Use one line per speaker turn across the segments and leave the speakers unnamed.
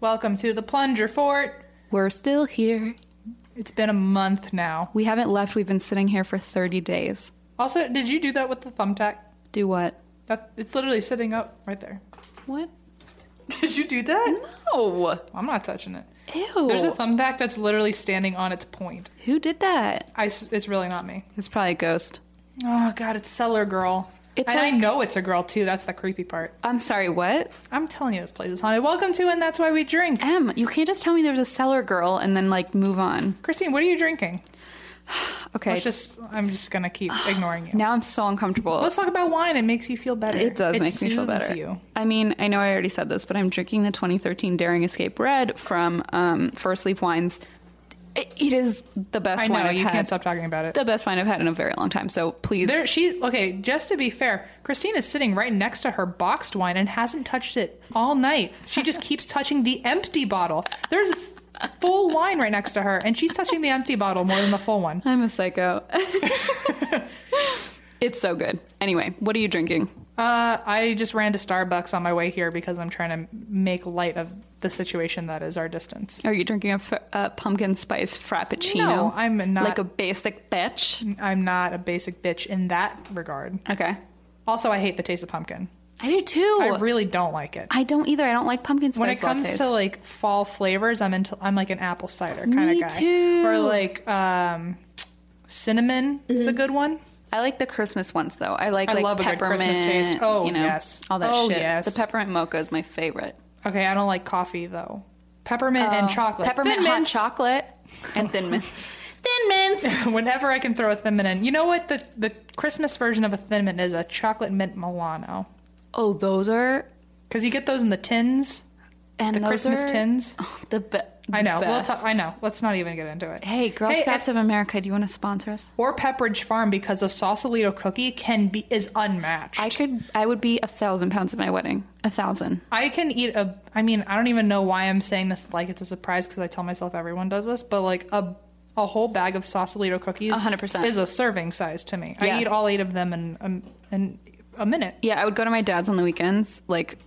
Welcome to the Plunger Fort.
We're still here.
It's been a month now.
We haven't left. We've been sitting here for 30 days.
Also, did you do that with the thumbtack?
Do what?
That it's literally sitting up right there.
What?
Did you do that?
Oh,
I'm not touching it.
ew.
There's a thumbtack that's literally standing on its point.
Who did that?
I s it's really not me.
It's probably a ghost.
Oh god, it's Cellar Girl.
It's
and I
like-
know it's a girl too. That's the creepy part.
I'm sorry, what?
I'm telling you, this place is haunted. Welcome to, and that's why we drink.
Em, you can't just tell me there's a cellar girl and then, like, move on.
Christine, what are you drinking?
Okay.
It's just I'm just gonna keep ignoring you.
now I'm so uncomfortable.
Let's talk about wine. It makes you feel better.
it does make me feel
soothes
better.
You.
I mean, I know I already said this, but I'm drinking the 2013 Daring Escape Red from um, First Leaf Wines. It, it is the best
I
wine
know
I've
you
had.
can't stop talking about it.
The best wine I've had in a very long time. So please,
There, she okay. Just to be fair, Christine is sitting right next to her boxed wine and hasn't touched it all night. She just keeps touching the empty bottle. There's f- full wine right next to her, and she's touching the empty bottle more than the full one.
I'm a psycho. it's so good. Anyway, what are you drinking?
Uh, I just ran to Starbucks on my way here because I'm trying to make light of the situation that is our distance.
Are you drinking a, f- a pumpkin spice frappuccino?
No, I'm not. Mm.
Like a basic bitch.
I'm not a basic bitch in that regard.
Okay.
Also, I hate the taste of pumpkin.
I do too. I,
I really don't like it.
don't either. I don't like pumpkin spice
when it comes
lattes.
to like fall flavors, I'm into I'm like an apple cider kind
Me
of guy.
too.
Or like um, cinnamon is
Mm-hmm.
a good one.
I like the Christmas ones though. I like
I
like
love a good
peppermint.
Christmas taste. Oh,
you know,
yes.
all that
Oh,
shit.
yes.
The peppermint mocha is my favorite.
Okay, I don't like coffee though. Peppermint and Oh, chocolate.
Oh, Peppermint
Thin
hot
mints.
chocolate and thin mints. thin mints.
Whenever I can throw a thin mint in. You know what the the Christmas version of a thin mint is a chocolate mint Milano.
Oh, those are
Because you get those in the tins,
and
the
those
Christmas
are
tins.
The be-
I know. We'll
Best.
talk. I know. uh, Let's not even get into it.
Hey, Girl
if-
Scouts of America, do you want to sponsor us?
or Pepperidge Farm because a Sausalito cookie can be is unmatched.
I could. I would be a thousand pounds at my wedding. A thousand.
I can eat a. I mean, I don't even know why I'm saying this like it's a surprise because I tell myself everyone does this, but like a a whole bag of Sausalito cookies,
100%.
is a serving size to me.
Yeah.
I eat all eight of them in um, in a minute.
Yeah, I would go to my dad's on the weekends. Like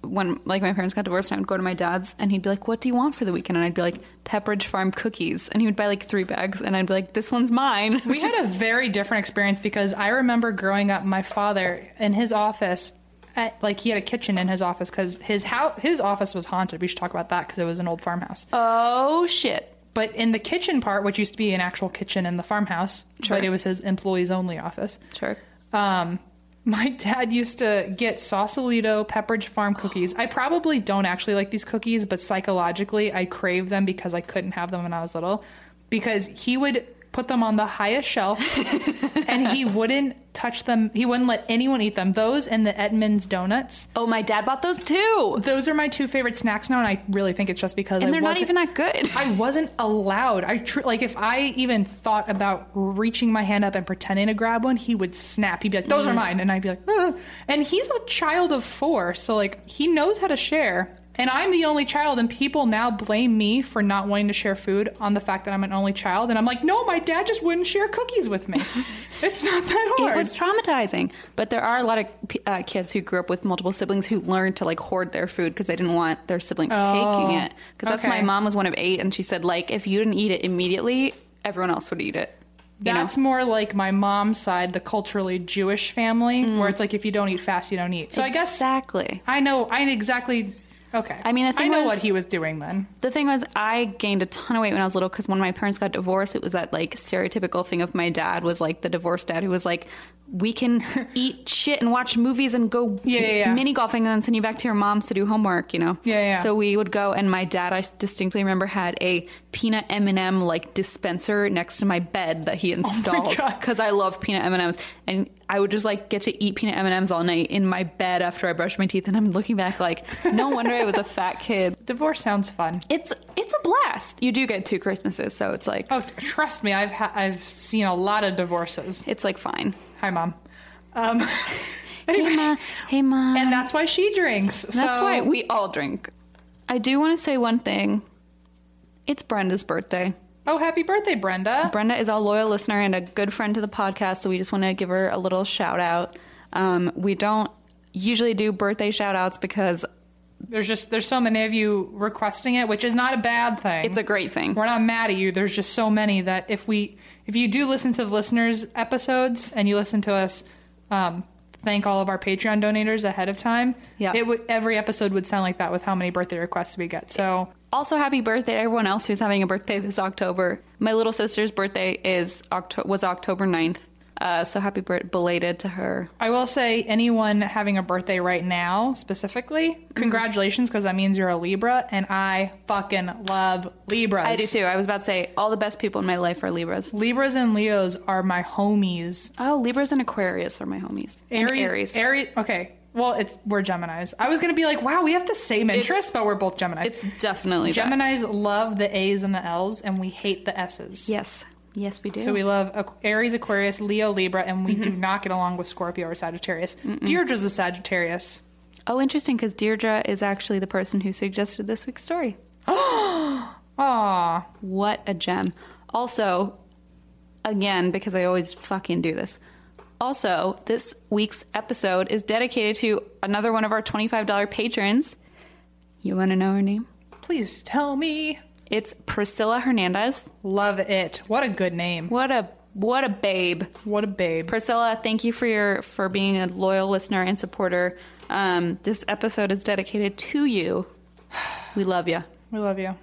when like my parents got divorced, and I would go to my dad's, and he'd be like, "What do you want for the weekend?" And I'd be like, "Pepperidge Farm cookies," and he would buy like three bags, and I'd be like, "This one's mine."
We had a very different experience because I remember growing up, my father in his office. At, like he had a kitchen in his office because his house, his office was haunted. We should talk about that because it was an old farmhouse.
oh shit.
But in the kitchen part, which used to be an actual kitchen in the farmhouse, but it was his employees only office.
Sure.
Um, my dad used to get Sausalito Pepperidge Farm cookies. I probably don't actually like these cookies, but psychologically, I crave them because I couldn't have them when I was little. Because he would put them on the highest shelf and he wouldn't touch them. He wouldn't let anyone eat them. Those and the Edmonds donuts.
Oh, my dad bought those too,
Those are my two favorite snacks now, and I really think it's just because I
and they're not
wasn't-
even that good.
I wasn't allowed. I tr- like if I even thought about reaching my hand up and pretending to grab one, he would snap. He'd be like, "Those are mine," and I'd be like, "Ugh." "And he's a child of four, so like he knows how to share." And I'm the only child, and people now blame me for not wanting to share food on the fact that I'm an only child. And I'm like, no, my dad just wouldn't share cookies with me. it's not that hard.
It was traumatizing, but there are a lot of p- uh, kids who grew up with multiple siblings who learned to like hoard their food because they didn't want their siblings taking it. Because that's
Oh,
my
okay.
mom was one of eight, and she said like if you didn't eat it immediately, everyone else would eat it. You know?
That's more like my mom's side, the culturally Jewish family, where it's like if you don't eat fast, you don't eat. So I guess
Mm. exactly.
I know. I exactly. Okay.
I mean, the thing
I know
was-
what he was doing then.
The thing was, I gained a ton of weight when I was little because when my parents got divorced, it was that like stereotypical thing of my dad was like the divorced dad who was like, "We can eat shit and watch movies and go
Yeah, yeah, yeah.
mini golfing and then send you back to your mom's to do homework," you know.
Yeah, yeah.
So we would go, and my dad, I distinctly remember, had a peanut M&M like dispenser next to my bed that he installed
Oh God.
because I love peanut M&Ms and I would just like get to eat peanut M&Ms all night in my bed after I brushed my teeth and I'm looking back like no wonder I was a fat kid.
Divorce sounds fun.
It's it's a blast. You do get two Christmases so it's like
Oh, t- trust me, I've ha- I've seen a lot of divorces.
it's like fine.
Hi, mom. Um,
Hey
anyway,
ma, hey ma.
and that's why she drinks. So
That's why we all drink. I do want to say one thing. It's Brenda's birthday.
Oh, happy birthday, Brenda!
Brenda is our loyal listener and a good friend to the podcast, so we just want to give her a little shout out. Um, we don't usually do birthday shout outs because
There's just there's so many of you requesting it, which is not a bad thing.
it's a great thing.
We're not mad at you. There's just so many that if we if you do listen to the listeners episodes and you listen to us um, thank all of our Patreon donators ahead of time,
Yeah.
it would every episode would sound like that with how many birthday requests we get. So
Also, happy birthday to everyone else who's having a birthday this October. My little sister's birthday is Octo- was October 9th, uh, so happy bir- belated to her.
I will say anyone having a birthday right now specifically, congratulations because that means you're a Libra and I fucking love Libras.
I do too. I was about to say all the best people in my life are Libras.
Libras and Leos are my homies.
Oh, Libras and Aquarius are my homies. And
Aries,
Aries.
Aries. Okay. Well, it's we're Gemini's. I was gonna be like, wow, we have the same interests, but we're both Gemini's.
It's definitely that.
Gemini's love the A's and the L's, and we hate the S's.
Yes. Yes, we do.
So we love Aqu- Aries, Aquarius, Leo, Libra, and we do
Mm-hmm.
not get along with Scorpio or Sagittarius. Deirdre's a Sagittarius.
oh, interesting, because Deirdre is actually the person who suggested this week's story.
Aw,
What a gem. Also, again, because I always fucking do this. Also, this week's episode is dedicated to another one of our $25 patrons. You want to know her name?
please tell me.
It's Priscilla Hernandez.
Love it. What a good name.
What a what a babe.
What a babe.
Priscilla, thank you for your for being a loyal listener and supporter. Um, this episode is dedicated to you. We love you.
We love you.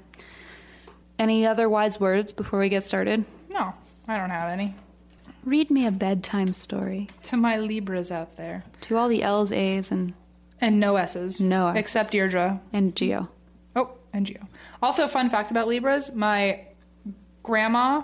Any other wise words before we get started?
No, I don't have any.
Read me a bedtime story.
To my Libras out there.
To all the L's, A's, and
And no S's.
No S's.
Except Deirdre.
and Geo.
Oh, and Geo. Also, fun fact about Libras my grandma.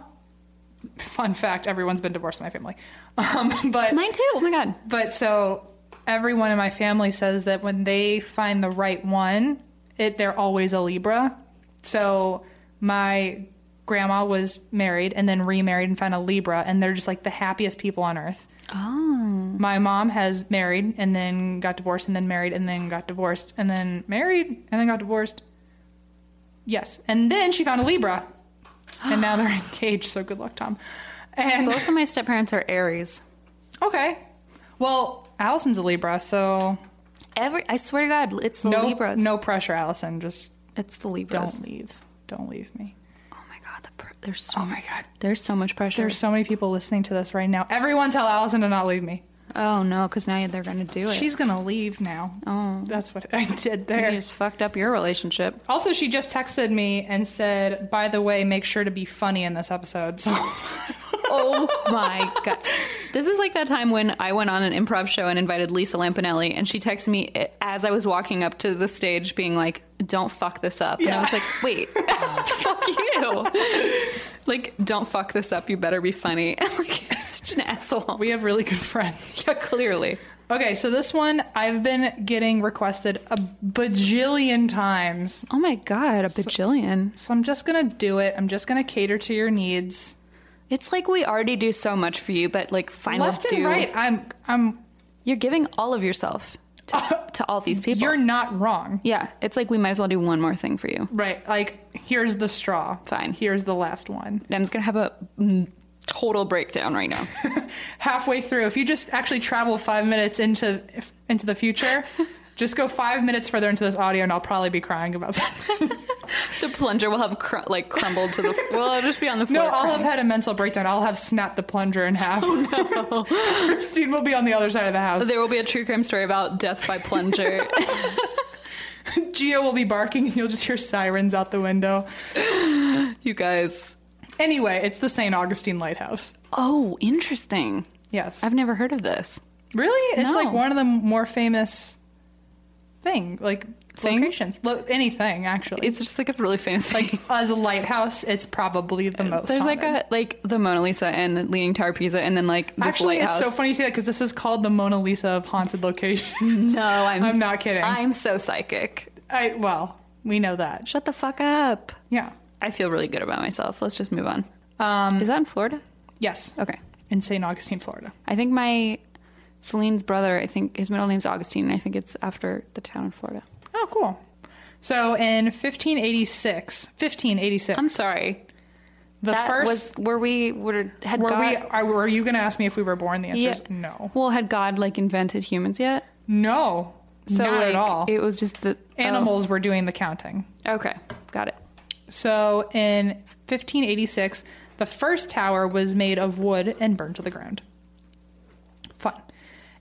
Fun fact everyone's been divorced in my family. Um, but
Mine too. Oh my god.
But so everyone in my family says that when they find the right one, it they're always a Libra. So my grandma was married and then remarried and found a Libra, and they're just like the happiest people on earth.
Oh.
My mom has married and then got divorced and then married and then got divorced and then married and then got divorced. Yes, and then she found a Libra, and now they're engaged. So good luck, Tom. And
Both of my step parents are Aries.
okay, well, Allison's a Libra, so
Every I swear to God, it's the
no,
Oh, Libras.
No pressure, Allison. Just
it's the Libras.
don't leave. Don't leave me.
Oh my god, the pr- there's so
my God.
Oh there's so much pressure.
There's so many people listening to this right now. Everyone tell Allison to not leave me.
oh no, because now they're gonna do it.
She's gonna leave now.
Oh.
That's what I did
you
there.
just fucked up your relationship.
Also, she just texted me and said, by the way, make sure to be funny in this episode. So
Oh my god. This is like that time when I went on an improv show and invited Lisa Lampanelli and she texted me as I was walking up to the stage being like, "Don't fuck this up." And I was
Yeah.
like, "Wait. fuck you." like, "Don't fuck this up. You better be funny." like, I'm such an asshole.
we have really good friends.
Yeah, clearly.
Okay, so this one I've been getting requested a bajillion times.
Oh my god, a bajillion.
So I'm just gonna do it. I'm just gonna cater to your needs.
It's like we already do so much for you, but like finally
Left
do
and right, I'm I'm
You're giving all of yourself to, to all these people.
you're not wrong.
yeah, it's like we might as well do one more thing for you.
Right. Like, here's the straw.
Fine.
Here's the last one.
I'm just gonna have a mm, total breakdown right now.
Halfway through, if you just actually travel five minutes into if- into the future, just go five minutes further into this audio, and I'll probably be crying about that.
the plunger will have cr- like crumbled to the. F- well, I'll just be on the floor.
No, I'll have
crying.
had a mental breakdown. I'll have snapped the plunger in half.
Oh,
Christine will be on the other side of the house.
There will be a true crime story about death by plunger.
Geo will be barking, and you'll just hear sirens out the window.
you guys.
Anyway, it's the St. Augustine Lighthouse.
Oh, interesting.
Yes.
I've never heard of this.
really? It's
No.
like one of the more famous thing, like
Things?
locations, Lo- anything actually.
It's just like a really famous like.
as a lighthouse, it's probably the most.
There's like
haunted.
a like the Mona Lisa and the Leaning Tower of Pisa, and then like this
Actually,
lighthouse.
it's so funny you say that because this is called the Mona Lisa of haunted locations.
No, I'm
I'm not kidding.
I'm so psychic.
I well, we know that.
Shut the fuck up.
Yeah. Um,
I feel really good about myself. Let's just move on. Is that in Florida?
Yes.
Okay.
In St. Augustine, Florida.
I think my Celine's brother. I think his middle name's Augustine. and I think it's after the town in Florida.
Oh, cool. So in 1586, 1586,
I'm sorry.
the
that
first
was were we were had
were
God,
we are, were you going to ask me if we were born? The answer
Yeah.
is no.
Well, had God like invented humans yet?
No.
So
not
like,
at all.
It was just the oh.
Animals were doing the counting.
Okay, got it.
So in 1586, the first tower was made of wood and burned to the ground. Fun.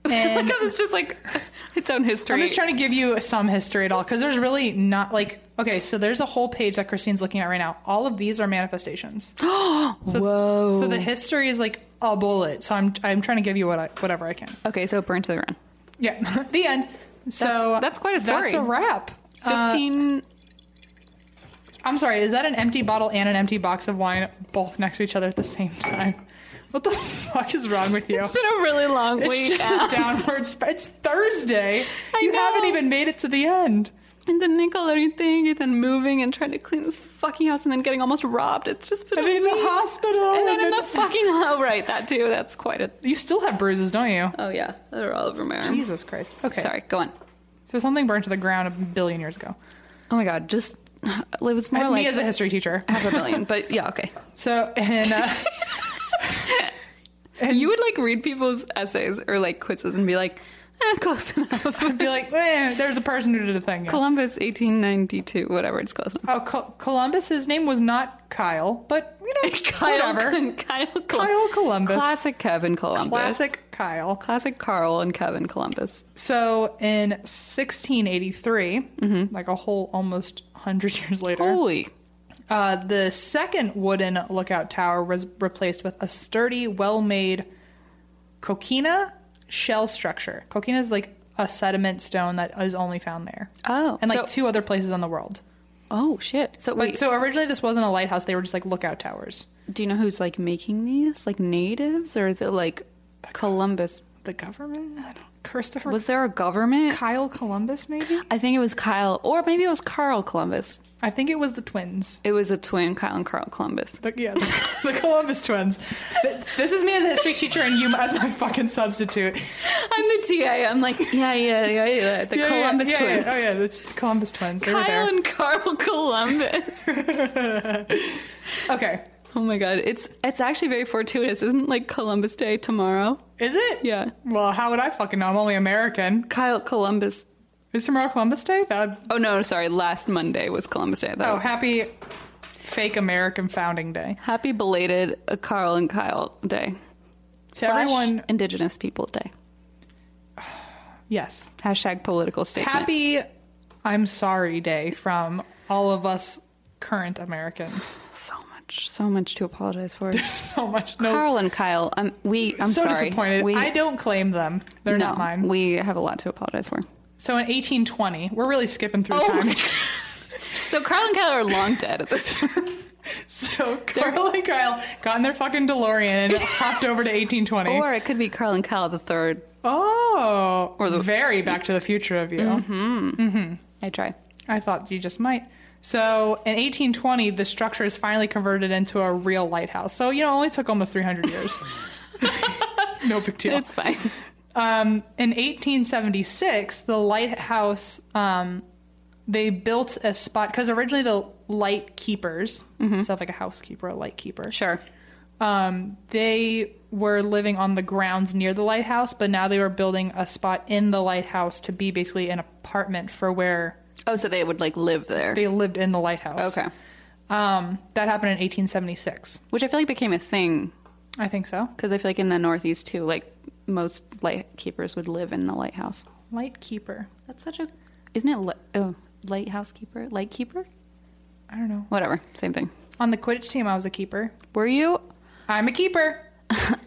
And
Look how this just like its own history.
I'm just trying to give you some history at all because there's really not like okay, so there's a whole page that Christine's looking at right now. All of these are manifestations. so, Whoa! So the history is like a bullet. So I'm I'm trying to give you what I, whatever I can.
okay, so it burned to the ground.
Yeah, the end. So
that's quite a
That's
story.
a wrap. Uh,
Fifteen.
I'm sorry. Is that an empty bottle and an empty box of wine both next to each other at the same time? What the fuck is wrong with you?
it's been a really long
It's
week.
just a downward. Sp- it's Thursday.
I
you haven't
know.
even made it to the end.
and the Nickelodeon thing, and then moving and trying to clean this fucking house, and then getting almost robbed. It's just been
And
a
then in the
week.
hospital.
and then in the fucking oh right, that too. That's quite a
You still have bruises, don't you?
oh yeah, they're all over my arm.
Jesus Christ. Okay.
Sorry, go on.
So something burned to the ground a billion years ago.
Oh my god, just it was more
And
like
me as a history teacher.
half a billion, but yeah, okay.
So and uh,
you would like read people's essays or like quizzes and be like, eh, close enough.
I'd be like, eh, there's a person who did a thing.
Columbus, 1892, whatever. It's close enough.
oh, Col- Columbus. His name was not Kyle, but you know, whatever.
Kyle, Col-
Kyle Columbus.
Classic Kevin Columbus.
Classic Kyle.
Classic Carl and Kevin Columbus.
So in 1683, like a whole almost hundred years later,
Holy.
Uh, the second wooden lookout tower was replaced with a sturdy, well made coquina shell structure. Coquina is like a sediment stone that is only found there.
Oh,
And like
so-
two other places in the world.
Oh, shit. So,
But
wait.
so originally this wasn't a lighthouse, they were just like lookout towers.
do you know who's like making these? Like natives? Or is it like Columbus?
The government? I don't Christopher
Was there a government?
Kyle Columbus, maybe?
I think it was Kyle, or maybe it was Carl Columbus.
I think it was the twins.
It was a twin, Kyle and Carl Columbus.
The, yeah, the, the Columbus twins. Th- This is me as a history teacher and you as my fucking substitute.
I'm the TA. I'm like, yeah, yeah, yeah, yeah. The
Yeah, yeah,
Columbus
yeah, yeah.
twins.
Oh, yeah, it's the Columbus twins. They were there.
Kyle and Carl Columbus.
Okay.
oh my god, it's it's actually very fortuitous, isn't like Columbus Day tomorrow?
Is it?
Yeah,
Well, how would I fucking know? I'm only American.
Kyle Columbus.
Is tomorrow Columbus Day? That would...
Oh no, sorry, last Monday was Columbus Day. Though.
Oh, happy fake American founding day.
happy belated uh, Carl and Kyle Day.
To everyone,
Indigenous People Day.
yes.
Hashtag political statement.
Happy I'm sorry day from all of us current Americans.
So much, so much to apologize for.
So much. No,
Carl and Kyle, um, we. I'm
so
sorry.
disappointed.
We,
I don't claim them. They're
no,
not mine.
We have a lot to apologize for.
So in 1820, we're really skipping through
Oh
time.
So Carl and Kyle are long dead at this point.
So Carl and Kyle got in their fucking DeLorean and hopped over to 1820.
Or it could be Carl and Kyle the third.
oh,
Or the- Mm-hmm.
very Back to the Future of you.
I try.
I thought you just might. So in 1820, the structure is finally converted into a real lighthouse. So, you know, it only took almost 300 years. no big deal.
It's fine.
Um, in 1876, the lighthouse, um, they built a spot because originally the light keepers,
Mm-hmm.
so like a housekeeper, a light keeper,
Sure.
um, they were living on the grounds near the lighthouse, but now they were building a spot in the lighthouse to be basically an apartment for where
Oh, so they would like live there.
they lived in the lighthouse.
Okay.
Um, that happened in 1876.
Which I feel like became a thing
I think so.
because I feel like in the Northeast too, like most lightkeepers would live in the lighthouse.
Light keeper.
That's such a. Isn't it li- oh, lighthouse keeper? Lightkeeper?
I don't know.
Whatever. Same thing.
On the Quidditch team, I was a keeper.
Were you?
I'm a keeper.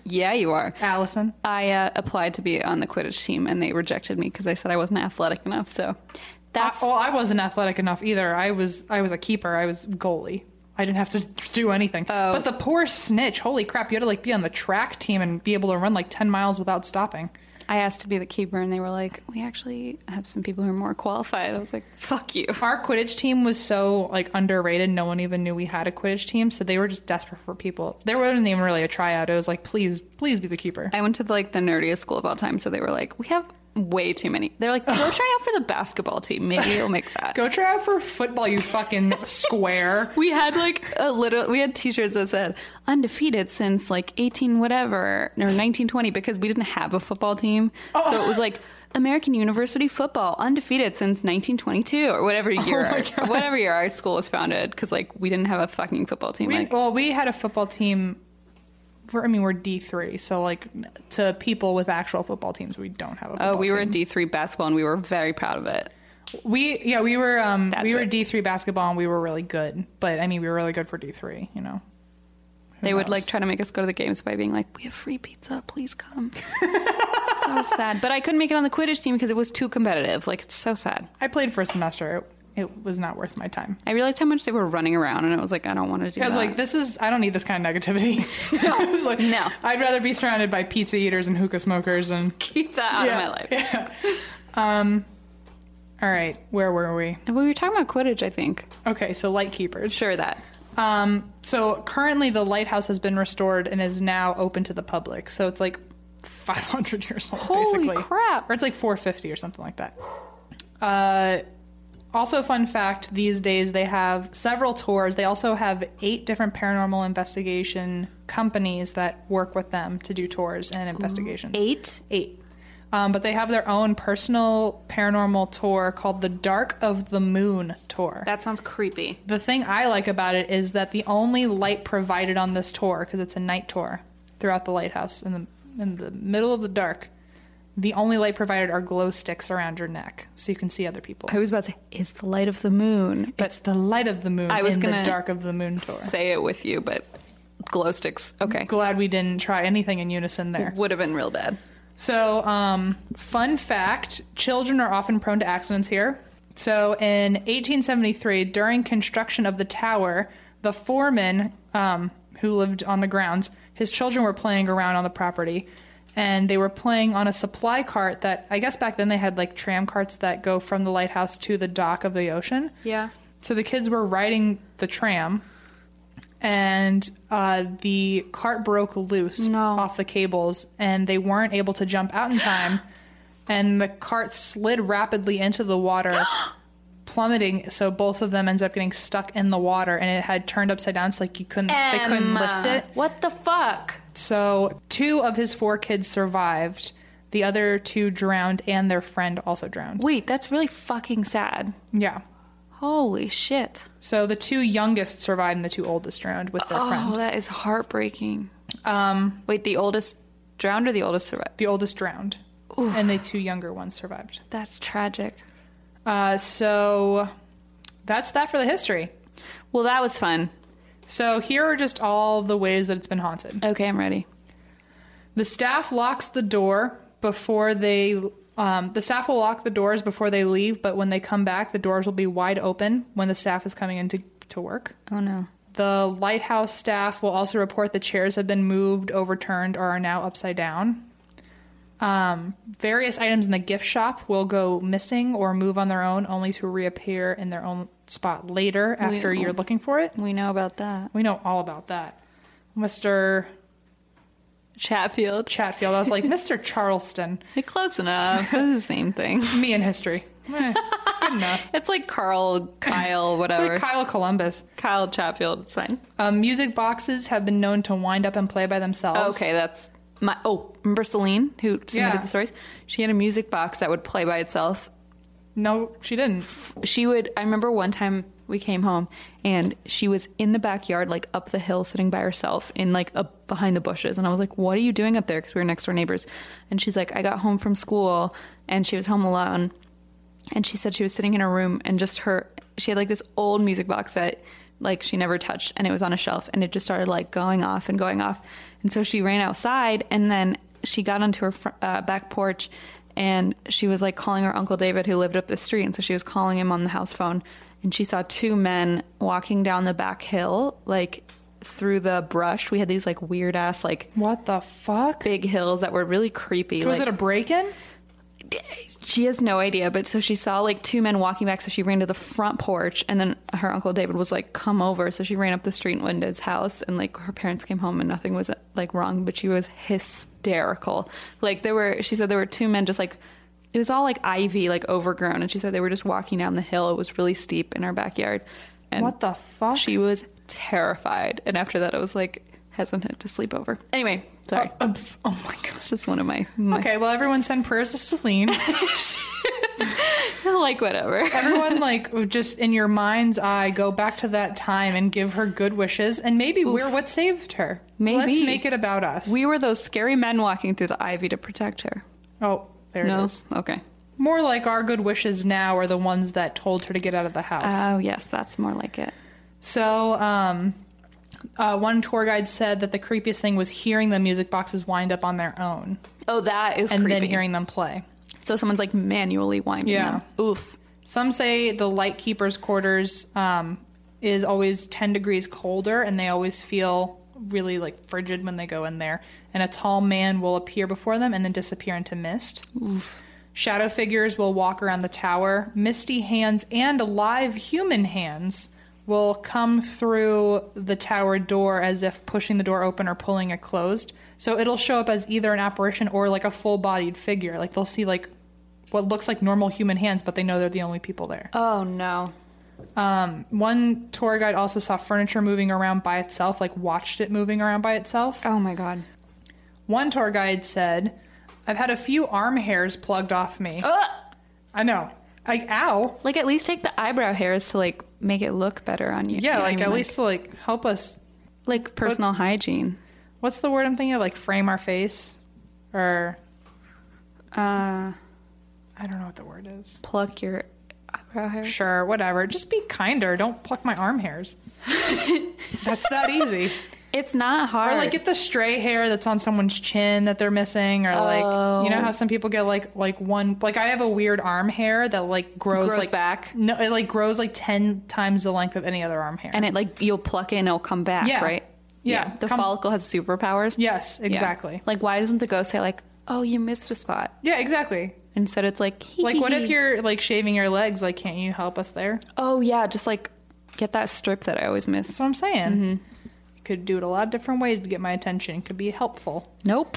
Yeah, you are.
Allison.
I uh, applied to be on the Quidditch team and they rejected me because I said I wasn't athletic enough. So
I,
that's
well, I wasn't athletic enough either. I was I was a keeper. I was goalie. I didn't have to do anything.
Oh.
But the poor snitch. Holy crap! You had to like be on the track team and be able to run like ten miles without stopping.
I asked to be the keeper and they were like, "We actually have some people who are more qualified." I was like, "Fuck you."
Our Quidditch team was so like underrated. No one even knew we had a Quidditch team, so they were just desperate for people. There wasn't even really a tryout. It was like, please, please be the keeper.
I went to like the nerdiest school of all time, so they were like, "We have way too many." They're like, "Go try out for the basketball team. Maybe you'll make that."
Go try out for football, you fucking square.
We had like a little. We had T-shirts that said "undefeated since like 18 whatever or 1920" because we didn't have a football team, so it was like American University football undefeated since 1922 or whatever
Oh
year, our, whatever year our school was founded, because like we didn't have a fucking football team.
We,
like,
well, we had a football team. We're, I mean, we're D three, so like to people with actual football teams, we don't have a. Football
oh, we were
team.
D three basketball, and we were very proud of it.
We yeah, we were um
That's
we were
it.
D three basketball and we were really good. But I mean we were really good for D three, you know.
They would
knows?
like try to make us go to the games by being like, "We have free pizza, please come." so sad, but I couldn't make it on the Quidditch team because it was too competitive. Like it's so sad.
I played for a semester. It, it was not worth my time.
I realized how much they were running around, and I was like, "I don't want to do."
I was
that.
like, this is I don't need this kind of negativity. I was like,
No.
I'd rather be surrounded by pizza eaters and hookah smokers and
keep that out
Yeah.
of my life.
all right, where were we?
And we were talking about Quidditch, I think.
Okay, so light keepers.
Sure that.
Um, so currently the lighthouse has been restored and is now open to the public. So it's like 500 years old,
Holy
basically.
crap.
Or it's like 450 or something like that. Uh, also, fun fact: these days they have several tours. They also have eight different paranormal investigation companies that work with them to do tours and investigations.
Eight.
Eight. Um, but they have their own personal paranormal tour called the Dark of the Moon tour.
That sounds creepy.
The thing I like about it is that the only light provided on this tour, because it's a night tour throughout the lighthouse in the in the middle of the dark, the only light provided are glow sticks around your neck, so you can see other people.
I was about to say, "Is the light of the moon?" But
That's the light of the moon
I was
in the
gonna
dark of the moon tour.
say it with you, but glow sticks. Okay,
Glad we didn't try anything in unison there.
would have been real bad.
So, um, fun fact children are often prone to accidents here. So, in 1873, during construction of the tower, the foreman um, who lived on the grounds, his children were playing around on the property. And they were playing on a supply cart that I guess back then they had like tram carts that go from the lighthouse to the dock of the ocean.
Yeah.
So the kids were riding the tram, and uh, the cart broke loose
No.
off the cables, and they weren't able to jump out in time. and the cart slid rapidly into the water, plummeting. So both of them ended up getting stuck in the water, and it had turned upside down, so like you couldn't they couldn't lift it.
uh, What the fuck?
So two of his four kids survived. The other two drowned, and their friend also drowned.
Wait, that's really fucking sad.
Yeah.
Holy shit.
So the two youngest survived, and the two oldest drowned with their friend.
Oh, that is heartbreaking. Um, wait, the oldest drowned or the oldest survived?
The oldest drowned, and the two younger ones survived.
That's tragic.
Uh, so that's that for the history.
Well, that was fun.
So here are just all the ways that it's been haunted.
Okay, I'm ready.
The staff locks the door before they. Um, the staff will lock the doors before they leave, but when they come back, the doors will be wide open when the staff is coming in to, to work.
Oh no.
The lighthouse staff will also report the chairs have been moved, overturned, or are now upside down. Um, various items in the gift shop will go missing or move on their own, only to reappear in their own spot later after
Wow.
you're looking for it.
We know about that.
We know all about that. Mr.
Chatfield.
Chatfield, I was like, Mr. Charleston,
Close enough. That's the same thing.
me in history. Eh, good enough.
It's like Carl, Kyle,
It's
whatever.
like Kyle Columbus.
Kyle Chatfield. It's fine.
Um, music boxes have been known to wind up and play by themselves.
Okay, that's my. Oh, remember Celine, who submitted
Yeah.
the stories? She had a music box that would play by itself
No, she didn't.
she would i remember one time we came home and she was in the backyard like up the hill sitting by herself in like up behind the bushes and i was like what are you doing up there because we were next door neighbors and she's like i got home from school and she was home alone and she said she was sitting in her room and just her she had like this old music box that like she never touched and it was on a shelf and it just started like going off and going off and so she ran outside and then she got onto her fr- uh, back porch and she was like calling her uncle david who lived up the street and so she was calling him on the house phone and she saw two men walking down the back hill like through the brush we had these like weird ass like
What the fuck?
big hills that were really creepy
was it
like-
a break in?
she has no idea, but so she saw like two men walking back, so she ran to the front porch, and then her uncle David was like, "Come over." So she ran up the street and went to his house, and like her parents came home, and nothing was like wrong, but she was hysterical. Like there were, she said there were two men just like it was all like ivy, like overgrown, and she said they were just walking down the hill. It was really steep in our backyard, and
What the fuck?
She was terrified, and after that, it was like hasn't had to sleep over. Anyway, sorry,
Uh, pff, oh my god.
it's just one of my, my
Okay, well, everyone send prayers to Celine.
like whatever.
Everyone, like, just in your mind's eye, go back to that time and give her good wishes, and maybe we're what saved her. Let's
Maybe.
make it about us.
We were those scary men walking through the ivy to protect her.
oh, there it is.
Okay.
More like our good wishes now are the ones that told her to get out of the house.
Oh, yes, that's more like it.
So, um, uh, one tour guide said that the creepiest thing was hearing the music boxes wind up on their own
Oh, that is
and
creepy.
then hearing them play.
so someone's like manually winding
Yeah.
them. Oof.
Some say the light keeper's quarters um, is always 10 degrees colder, and they always feel really like frigid when they go in there. And a tall man will appear before them and then disappear into mist. Shadow figures will walk around the tower. Misty hands and live human hands will come through the tower door as if pushing the door open or pulling it closed. So it'll show up as either an apparition or like a full bodied figure. Like they'll see like what looks like normal human hands, but they know they're the only people there.
Oh, no.
One tour guide also saw furniture moving around by itself, like watched it moving around by itself.
Oh, my God.
One tour guide said, I've had a few arm hairs plugged off me. I know. Like, ow.
Like, at least take the eyebrow hairs to like make it look better on you. You
Yeah,
know what I
like
mean?
at least to like help us.
Like personal hygiene.
What's the word I'm thinking of? Like frame our face, or
Uh,
I don't know what the word is.
pluck your eyebrow hairs.
Sure, whatever. Just be kinder. Don't pluck my arm hairs. that's that easy.
It's not hard.
Or like get the stray hair that's on someone's chin that they're missing, or like you
Oh.
know how some people get like like one like I have a weird arm hair that like grows,
Grows
like
back.
No, it like grows like ten times the length of any other arm hair.
and it like you'll pluck it and it'll come back,
Yeah.
right?
Yeah.
The
Come-
follicle has superpowers.
yes,
Yeah.
exactly.
Like, why doesn't the ghost say like, "Oh, you missed a spot"?
Yeah, exactly.
Instead, it's like,
Like what if
you're
you're like shaving your legs? Like, can't you help us there?
Oh yeah, just like get that strip that I always miss.
That's what I'm saying.
Mm-hmm.
You could do it a lot of different ways to get my attention. It could be helpful.
Nope.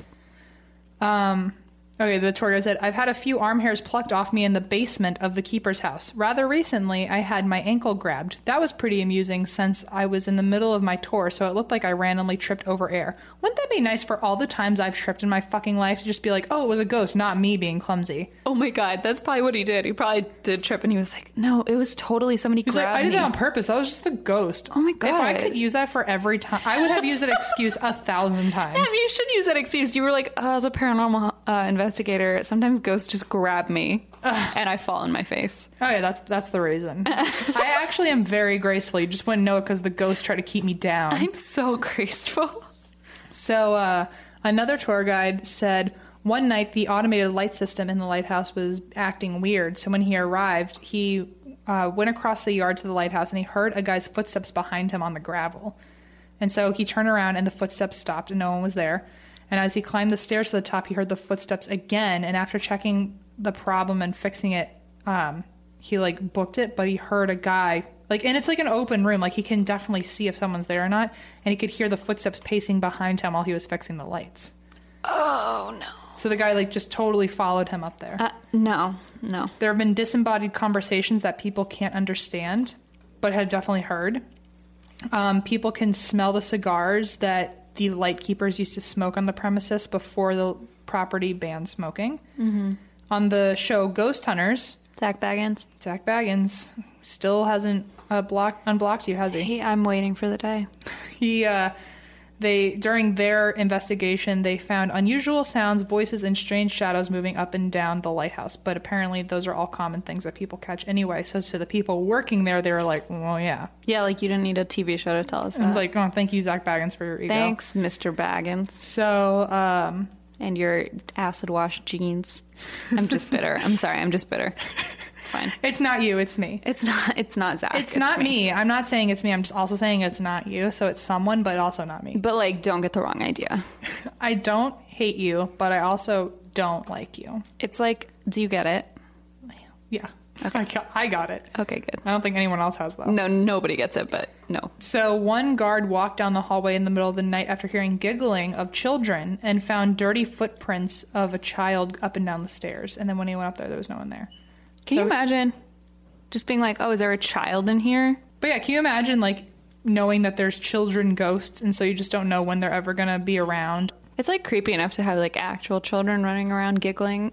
Um, okay, the tour guide said, I've had a few arm hairs plucked off me in the basement of the keeper's house. Rather recently, I had my ankle grabbed. That was pretty amusing since I was in the middle of my tour, so it looked like I randomly tripped over air. Wouldn't that be nice for all the times I've tripped in my fucking life to just be like, oh, it was a ghost, not me being clumsy?
Oh my god, that's probably what he did. He probably did trip and he was like, "No, it was totally somebody
He's like,
grabbed
I did
me."
that on purpose. That was just a ghost.
Oh my
If I
God.
could use that for every time, I would have used that excuse a thousand times.
Yeah, you should use that excuse. You were like, oh, as a paranormal uh, investigator, sometimes ghosts just grab me and I fall on my face.
Oh yeah, that's that's the reason. I actually am very graceful. You just wouldn't know it because the ghost tried to keep me down.
I'm so graceful.
So uh, another tour guide said one night the automated light system in the lighthouse was acting weird. So when he arrived, he uh, went across the yard to the lighthouse and he heard a guy's footsteps behind him on the gravel. And so he turned around and the footsteps stopped and no one was there. And as he climbed the stairs to the top, he heard the footsteps again. And after checking the problem and fixing it, um, he like booked it, but he heard a guy like, and it's like an open room. Like he can definitely see if someone's there or not, and he could hear the footsteps pacing behind him while he was fixing the lights.
Oh no.
So the guy like just totally followed him up there.
Uh, no, no.
there have been disembodied conversations that people can't understand, but have definitely heard. Um, people can smell the cigars that the light keepers used to smoke on the premises before the property banned smoking.
Mm-hmm.
On the show Ghost Hunters,
Zach Baggins.
Zach Baggins still hasn't uh, blocked unblocked you, has he?
He, I'm waiting for the day.
He uh, They during their investigation, they found unusual sounds, voices, and strange shadows moving up and down the lighthouse. But apparently, those are all common things that people catch anyway. So to the people working there, they were like, "Well, yeah."
Yeah, like you didn't need a TV show to tell us
I was
that.
like, "Oh, thank you, Zach Baggins, for your ego."
Uh, Thanks, Mr. Baggins,
So, um,
and your acid wash jeans. I'm just bitter. I'm sorry. I'm just bitter. It's fine.
it's not you, it's me.
It's not. It's not Zach.
It's, not me. I'm not saying it's me. I'm just also saying it's not you. So it's someone, but also not me.
But like, don't get the wrong idea.
I don't hate you, but I also don't like you.
It's like, do you get it?
Yeah. I, got, I got it.
Okay, good.
I don't think anyone else has though.
No, nobody gets it, but no.
So one guard walked down the hallway in the middle of the night after hearing giggling of children and found dirty footprints of a child up and down the stairs. And then when he went up there, there was no one there.
Can you imagine just being like, oh, is there a child in here?
But yeah, can you imagine like knowing that there's children ghosts, and so you just don't know when they're ever gonna be around?
It's like creepy enough to have like actual children running around giggling.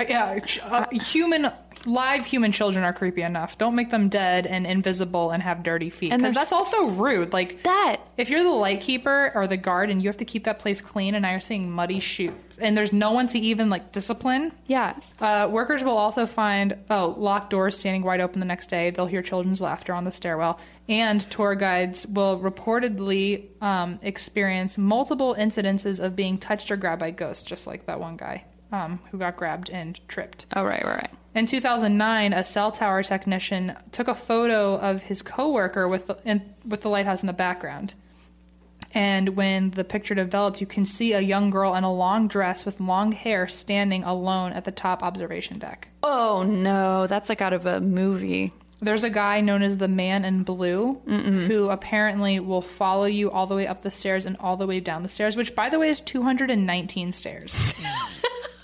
Uh, Yeah, ch- uh, human live human children are creepy enough. Don't make them dead and invisible and have dirty feet.
And
Because
there's-
that's also rude. Like
That
if you're the light keeper or the guard and you have to keep that place clean, and now you're seeing muddy shoes, and there's no one to even like discipline.
yeah.
Uh, workers will also find oh locked doors standing wide open the next day. They'll hear children's laughter on the stairwell, and tour guides will reportedly um, experience multiple incidences of being touched or grabbed by ghosts, just like that one guy um, who got grabbed and tripped.
Oh right, right, right.
In 2009, a cell tower technician took a photo of his coworker with the, in, with the lighthouse in the background. And when the picture developed, you can see a young girl in a long dress with long hair standing alone at the top observation deck.
Oh no, that's like out of a movie.
There's a guy known as the Man in Blue who apparently will follow you all the way up the stairs and all the way down the stairs, which, by the way, is 219 stairs.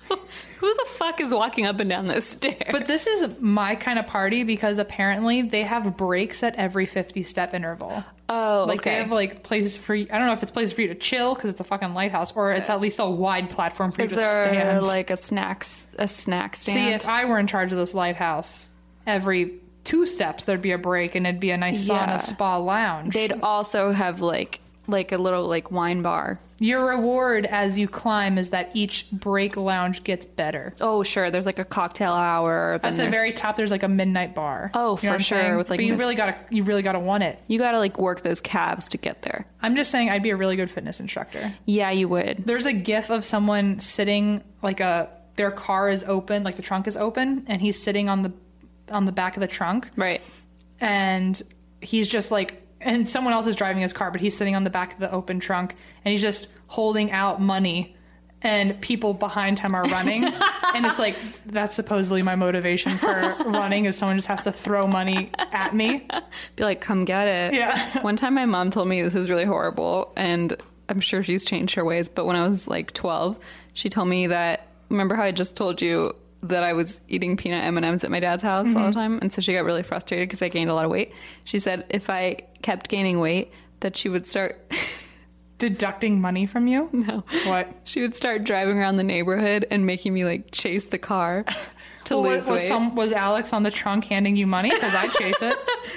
Who the fuck is walking up and down those stairs?
But this is my kind of party because apparently they have breaks at every 50 step interval.
Oh,
like
okay.
they have like places for you. I don't know if it's places for you to chill because it's a fucking lighthouse, or it's at least a wide platform for you
is
to
there
stand.
like a snacks a snack
See,
stand?
if I were in charge of this lighthouse, every two steps there'd be a break, and it'd be a nice
Yeah.
sauna, spa lounge.
They'd also have like like a little like wine bar.
Your reward as you climb is that each break lounge gets better.
Oh sure, there's like a cocktail hour.
At
then
the
there's-
very top, there's like a midnight bar. You
Oh,
know
for
what I'm
sure,
saying?
with, like,
but you
this-
really gotta, you really gotta want it.
you gotta like work those calves to get there.
I'm just saying, I'd be a really good fitness instructor.
Yeah, you would.
There's a gif of someone sitting like a their car is open, like the trunk is open, and he's sitting on the on the back of the trunk,
Right.
and he's just like, and someone else is driving his car, but he's sitting on the back of the open trunk, and he's just holding out money, and people behind him are running, and it's like that's supposedly my motivation for running is someone just has to throw money at me.
Be like, come get it.
Yeah.
One time my mom told me this is really horrible and I'm sure she's changed her ways, but when I was like 12, she told me that remember how I just told you that I was eating peanut M&Ms at my dad's house
Mm-hmm.
all the time and so she got really frustrated because I gained a lot of weight. She said if I kept gaining weight that she would start
Deducting money from you? No. What?
she would start driving around the neighborhood and making me like chase the car to
Well,
lose
was,
weight.
some, was Alex on the trunk handing you money? Because I chase it.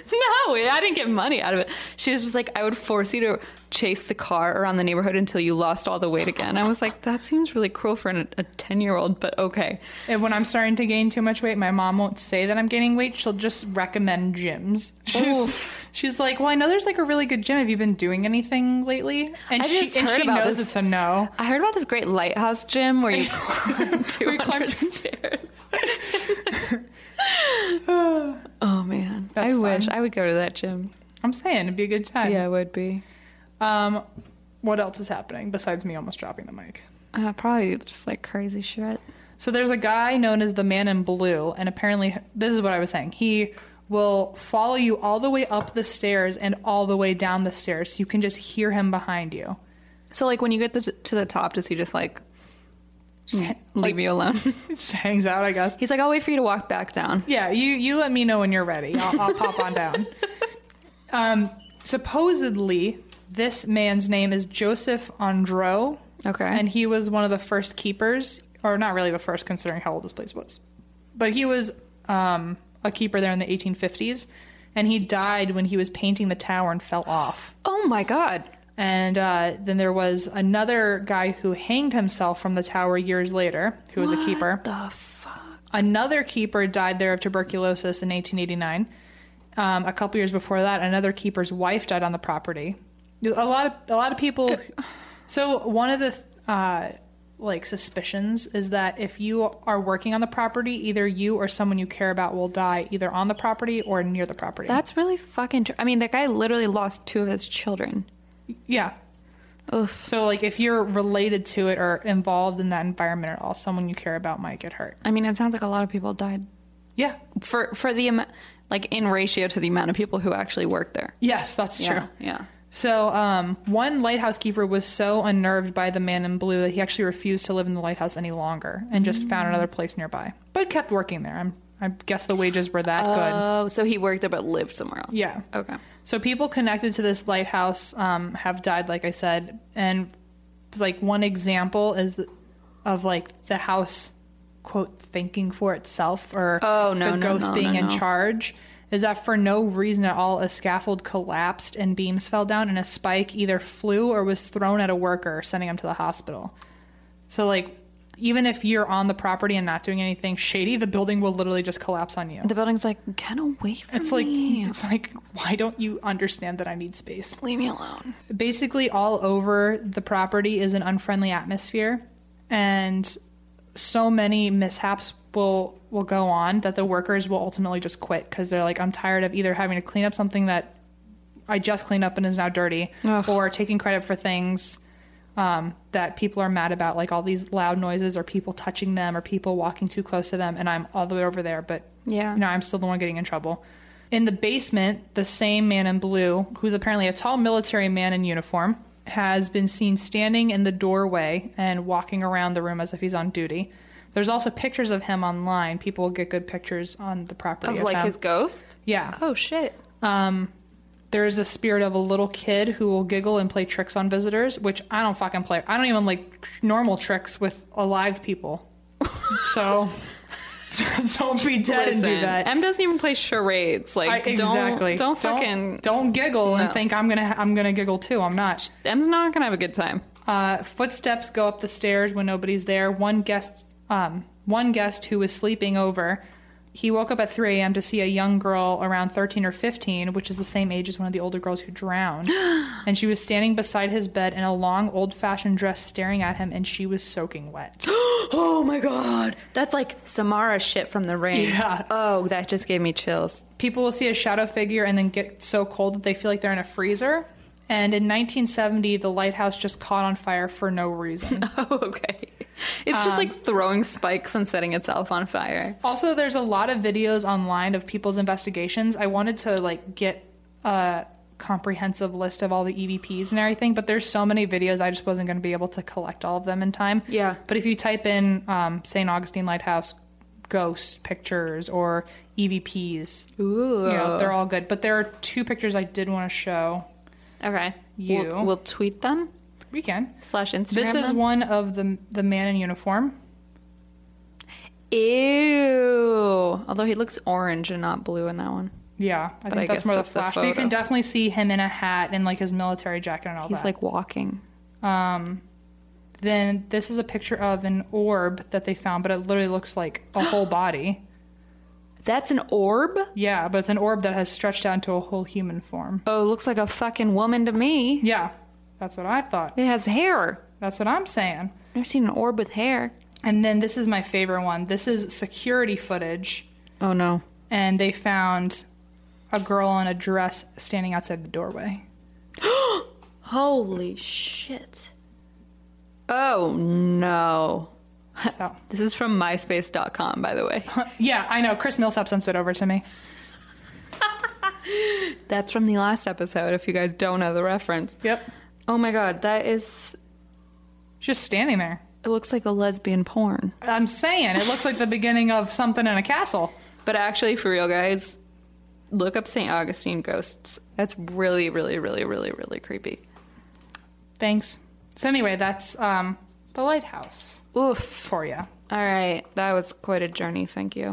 No, I didn't get money out of it. She was just like, I would force you to chase the car around the neighborhood until you lost all the weight again. I was like, that seems really cruel for an, a 10 year old, but okay.
And when I'm starting to gain too much weight, my mom won't say that I'm gaining weight. She'll just recommend gyms. She's, she's like, "Well, I know there's like a really good gym. Have you been doing anything lately?" And
I
she
just
and
heard
she
about
knows
this.
it's a no.
I heard about this great lighthouse gym where you climb 200
We climbed-
stairs. oh, man.
That's
I wish
fun.
I would go to that gym.
I'm saying it'd be a good time.
Yeah, I would be.
Um, what else is happening besides me almost dropping the mic?
Uh, probably just like crazy shit.
So there's a guy known as the Man in Blue, and apparently this is what I was saying. He will follow you all the way up the stairs and all the way down the stairs. So you can just hear him behind you.
So, like, when you get to to the top, does he just like
Just,
leave you alone?
just hangs out, I guess.
He's like, I'll wait for you to walk back down.
Yeah, you you let me know when you're ready. I'll, I'll pop on down. Um, supposedly, this man's name is Joseph Andro.
Okay.
and he was one of the first keepers, or not really the first, considering how old this place was. But he was um, a keeper there in the 1850s, and he died when he was painting the tower and fell off.
Oh my god.
And uh, then there was another guy who hanged himself from the tower years later, who was a keeper.
The fuck?
Another keeper died there of tuberculosis in 1889. Um, a couple years before that, another keeper's wife died on the property. A lot of a lot of people. So one of the uh, like suspicions is that if you are working on the property, either you or someone you care about will die either on the property or near the property.
That's really fucking. Tr- I mean, that guy literally lost two of his children.
yeah.
Oof.
So like if you're related to it or involved in that environment at all, someone you care about might get hurt.
I mean, it sounds like a lot of people died
Yeah.
for for the amount, like in ratio to the amount of people who actually worked there.
Yes, that's
Yeah,
true.
Yeah.
So, um, one lighthouse keeper was so unnerved by the man in blue that he actually refused to live in the lighthouse any longer and just found another place nearby, but kept working there. I'm, I guess the wages were that good.
Oh, so he worked there but lived somewhere else.
Yeah.
Okay.
So, people connected to this lighthouse um, have died, like I said. And, like, one example is th- of, like, the house, quote, thinking for itself or
Oh, no,
the
no,
ghost
no,
being
no,
in
no.
charge. Is that for no reason at all, a scaffold collapsed and beams fell down, and a spike either flew or was thrown at a worker, sending him to the hospital. So, like, even if you're on the property and not doing anything shady, the building will literally just collapse on you.
The building's like, get away from
It's like
me.
it's like why don't you understand that I need space?
Leave me alone.
Basically all over the property is an unfriendly atmosphere and so many mishaps will will go on that the workers will ultimately just quit cuz they're like I'm tired of either having to clean up something that I just cleaned up and is now dirty
Ugh.
or taking credit for things um, that people are mad about, like all these loud noises or people touching them or people walking too close to them, and I'm all the way over there, but
Yeah.
you know, I'm still the one getting in trouble. In the basement, the same man in blue, who's apparently a tall military man in uniform, has been seen standing in the doorway and walking around the room as if he's on duty. There's also pictures of him online. People will get good pictures on the property
Of
of
like
him.
his ghost.
yeah.
Oh shit.
There is a spirit of a little kid who will giggle and play tricks on visitors, which I don't fucking play. I don't even like normal tricks with alive people. So don't be dead and do
Listen,
that.
Em doesn't even play charades. Like,
I- exactly.
Don't, don't fucking.
don't giggle and
No.
think I'm gonna I'm gonna giggle too. I'm not.
Em's not gonna have a good time.
Uh, footsteps go up the stairs when nobody's there. One guest, um, one guest who was sleeping over, he woke up at 3 a.m. to see a young girl around 13 or 15, which is the same age as one of the older girls who drowned. and she was standing beside his bed in a long, old-fashioned dress, staring at him, and she was soaking wet.
Oh my god. That's like Samara shit from the rain.
Yeah.
Oh, that just gave me chills.
people will see a shadow figure and then get so cold that they feel like they're in a freezer. And in 1970, the lighthouse just caught on fire for no reason.
Oh, okay. It's just
Um,
like throwing spikes and setting itself on fire.
also, there's a lot of videos online of people's investigations. I wanted to like get a comprehensive list of all the EVPs and everything, but there's so many videos I just wasn't going to be able to collect all of them in time.
Yeah.
But if you type in um, St. Augustine Lighthouse ghost pictures or EVPs,
Ooh.
you know, they're all good. But there are two pictures I did want to show.
okay.
You.
We'll, we'll tweet them
We can.
slash Instagram.
This is
them.
one of the the man in uniform.
Ew. Although he looks orange and not blue in that one.
Yeah, I think
I
that's
guess
more
that's
the
the
flash. but you
photo.
can definitely see him in a hat and like his military jacket and all
He's
that.
like walking.
Um, then this is a picture of an orb that they found, but it literally looks like a whole body.
That's an orb?
Yeah, but it's an orb that has stretched out into a whole human form.
Oh, looks like a fucking woman to me.
Yeah, that's what I thought.
It has hair.
That's what I'm saying.
I've never seen an orb with hair.
And then this is my favorite one. This is security footage,
Oh no.
and they found a girl in a dress standing outside the doorway.
Holy shit. Oh no.
So.
This is from myspace.com, by the way.
Yeah, I know. Chris Millsap sent it over to me.
That's from the last episode, if you guys don't know the reference.
Yep.
Oh my god, that is.
Just standing there.
It looks like a lesbian porn.
I'm saying it looks like the beginning of something in a castle.
But actually, for real, guys, look up St. Augustine ghosts. That's really, really, really, really, really creepy.
Thanks. So anyway, that's um, the lighthouse
Oof.
for you.
All right, that was quite a journey. Thank you.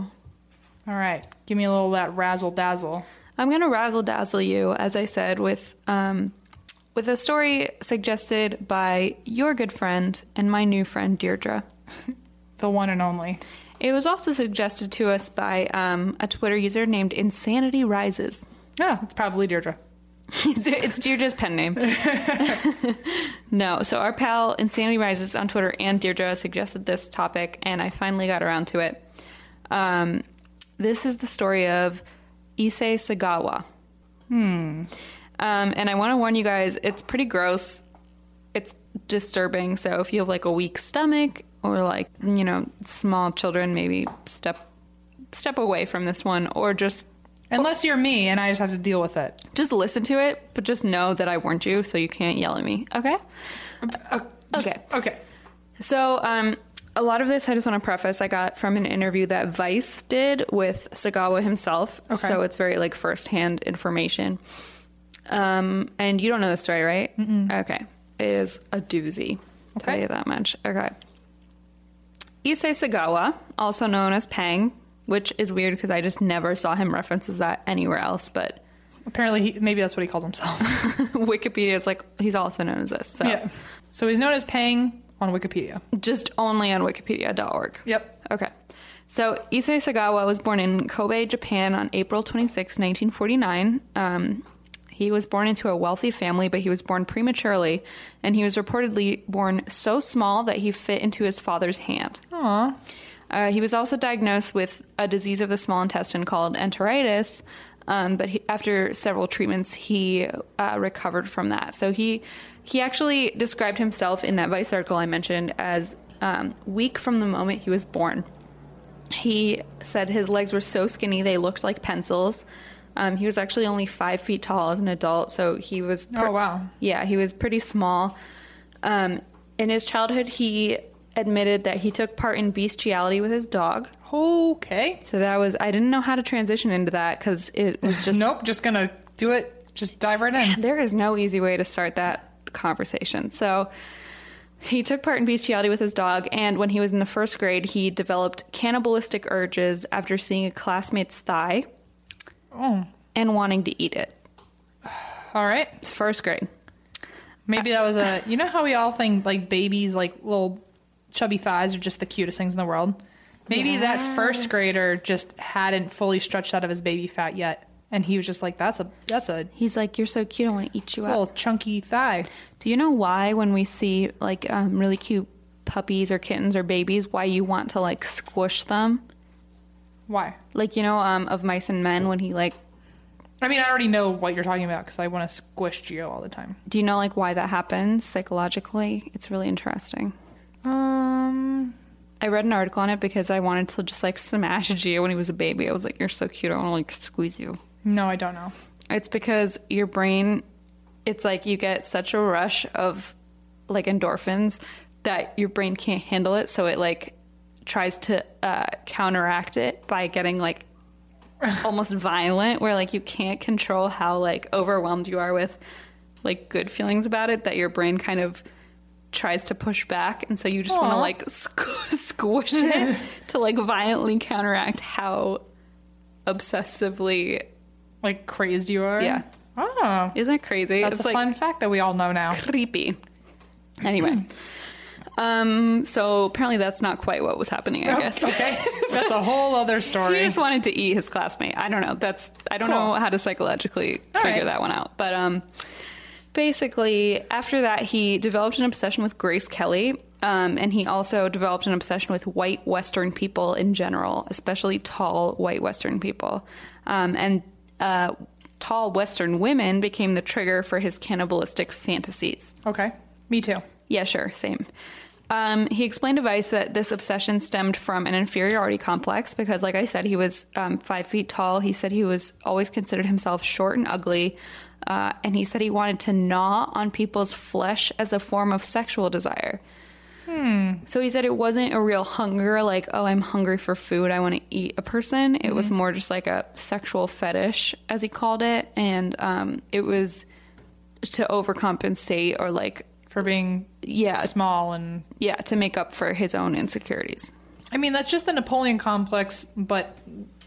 All right, give me a little of that razzle dazzle.
I'm gonna razzle dazzle you, as I said, with um, with a story suggested by your good friend and my new friend, Deirdre.
The one and only.
It was also suggested to us by um, a Twitter user named Insanity Rises.
Yeah, it's probably Deirdre.
it's it's Deirdre's pen name. no, so our pal Insanity Rises on Twitter and Deirdre suggested this topic, and I finally got around to it. Um, this is the story of Issei Sagawa. Um, and I want to warn you guys, it's pretty gross. It's disturbing. So if you have like a weak stomach or like, you know, small children, maybe step step away from this one or just
Unless you're me and I just have to deal with it.
just listen to it, but just know that I warned you so you can't yell at me. Okay? Okay.
Okay.
So, um, a lot of this I just want to preface I got from an interview that Vice did with Sagawa himself. So it's very like firsthand information. Um, and you don't know the story, right? Okay. It is a doozy. Tell
Okay.
you that much. Okay. Issei Sagawa, also known as Pang, which is weird because I just never saw him references that anywhere else, but
Apparently, he, maybe that's what he calls himself.
Wikipedia is like he's also known as this. So
yeah. So he's known as Pang on Wikipedia.
just only on wikipedia.org.
Yep.
Okay. So Issei Sagawa was born in Kobe, Japan on April 26, 1949. Um, he was born into a wealthy family, but he was born prematurely, and he was reportedly born so small that he fit into his father's hand.
Aw.
Uh, he was also diagnosed with a disease of the small intestine called enteritis, um, but he, after several treatments, he uh, recovered from that. So he he actually described himself in that Vice article I mentioned as um, weak from the moment he was born. He said his legs were so skinny they looked like pencils. Um, he was actually only five feet tall as an adult, so he was
Oh, wow.
yeah, he was pretty small. Um, in his childhood, he admitted that he took part in bestiality with his dog.
Okay.
So that was, I didn't know how to transition into that because it was just,
nope. Just gonna do it. Just dive right in.
there is no easy way to start that conversation. So he took part in bestiality with his dog, and when he was in the first grade, he developed cannibalistic urges after seeing a classmate's thigh
Oh.
and wanting to eat it.
All right.
It's first grade.
Maybe that was a. You know how we all think like babies, like little chubby thighs, are just the cutest things in the world. Maybe that first grader just hadn't fully stretched out of his baby fat yet, and he was just like, "That's a that's a
He's like, You're so cute, I want to eat you up.
little chunky thigh."
Do you know why when we see like um, really cute puppies or kittens or babies, why you want to like squish them?
Why?
Like you know, um, of mice and men when he like.
I mean, I already know what you're talking about because I want to squish Geo all the time.
Do you know like why that happens psychologically? It's really interesting.
Um,
I read an article on it because I wanted to just like smash Gio when he was a baby. I was like, "You're so cute. I want to like squeeze you."
no, I don't know.
It's because your brain, it's like you get such a rush of like endorphins that your brain can't handle it. So it like tries to uh, counteract it by getting like almost violent, where like you can't control how like overwhelmed you are with like good feelings about it that your brain kind of tries to push back and so you just want to
Aw.
like squ- squish it to like violently counteract how obsessively
Like crazed you are.
Yeah.
Oh,
isn't that crazy
that's
it's
a
like
fun fact that we all know now.
creepy. Anyway, um, so apparently that's not quite what was happening. I guess
Okay, that's a whole other
he
story.
just wanted to eat his classmate. I don't know. That's I don't
Cool.
know how to psychologically
All
figure
right.
that one out. But um, basically, after that, he developed an obsession with Grace Kelly. Um, and he also developed an obsession with white Western people in general, especially tall white Western people. Um, and uh, tall Western women became the trigger for his cannibalistic fantasies.
Okay, me too.
Yeah, sure, same. Um, he explained to Vice that this obsession stemmed from an inferiority complex because, like I said, he was um, five feet tall. He said he was always considered himself short and ugly, uh, and he said he wanted to gnaw on people's flesh as a form of sexual desire. So he said it wasn't a real hunger, like, oh, I'm hungry for food, I want to eat a person. It was more just like a sexual fetish, as he called it, and um, it was to overcompensate or like
For being
yeah
small and
yeah to make up for his own insecurities
I mean, that's just the Napoleon complex, but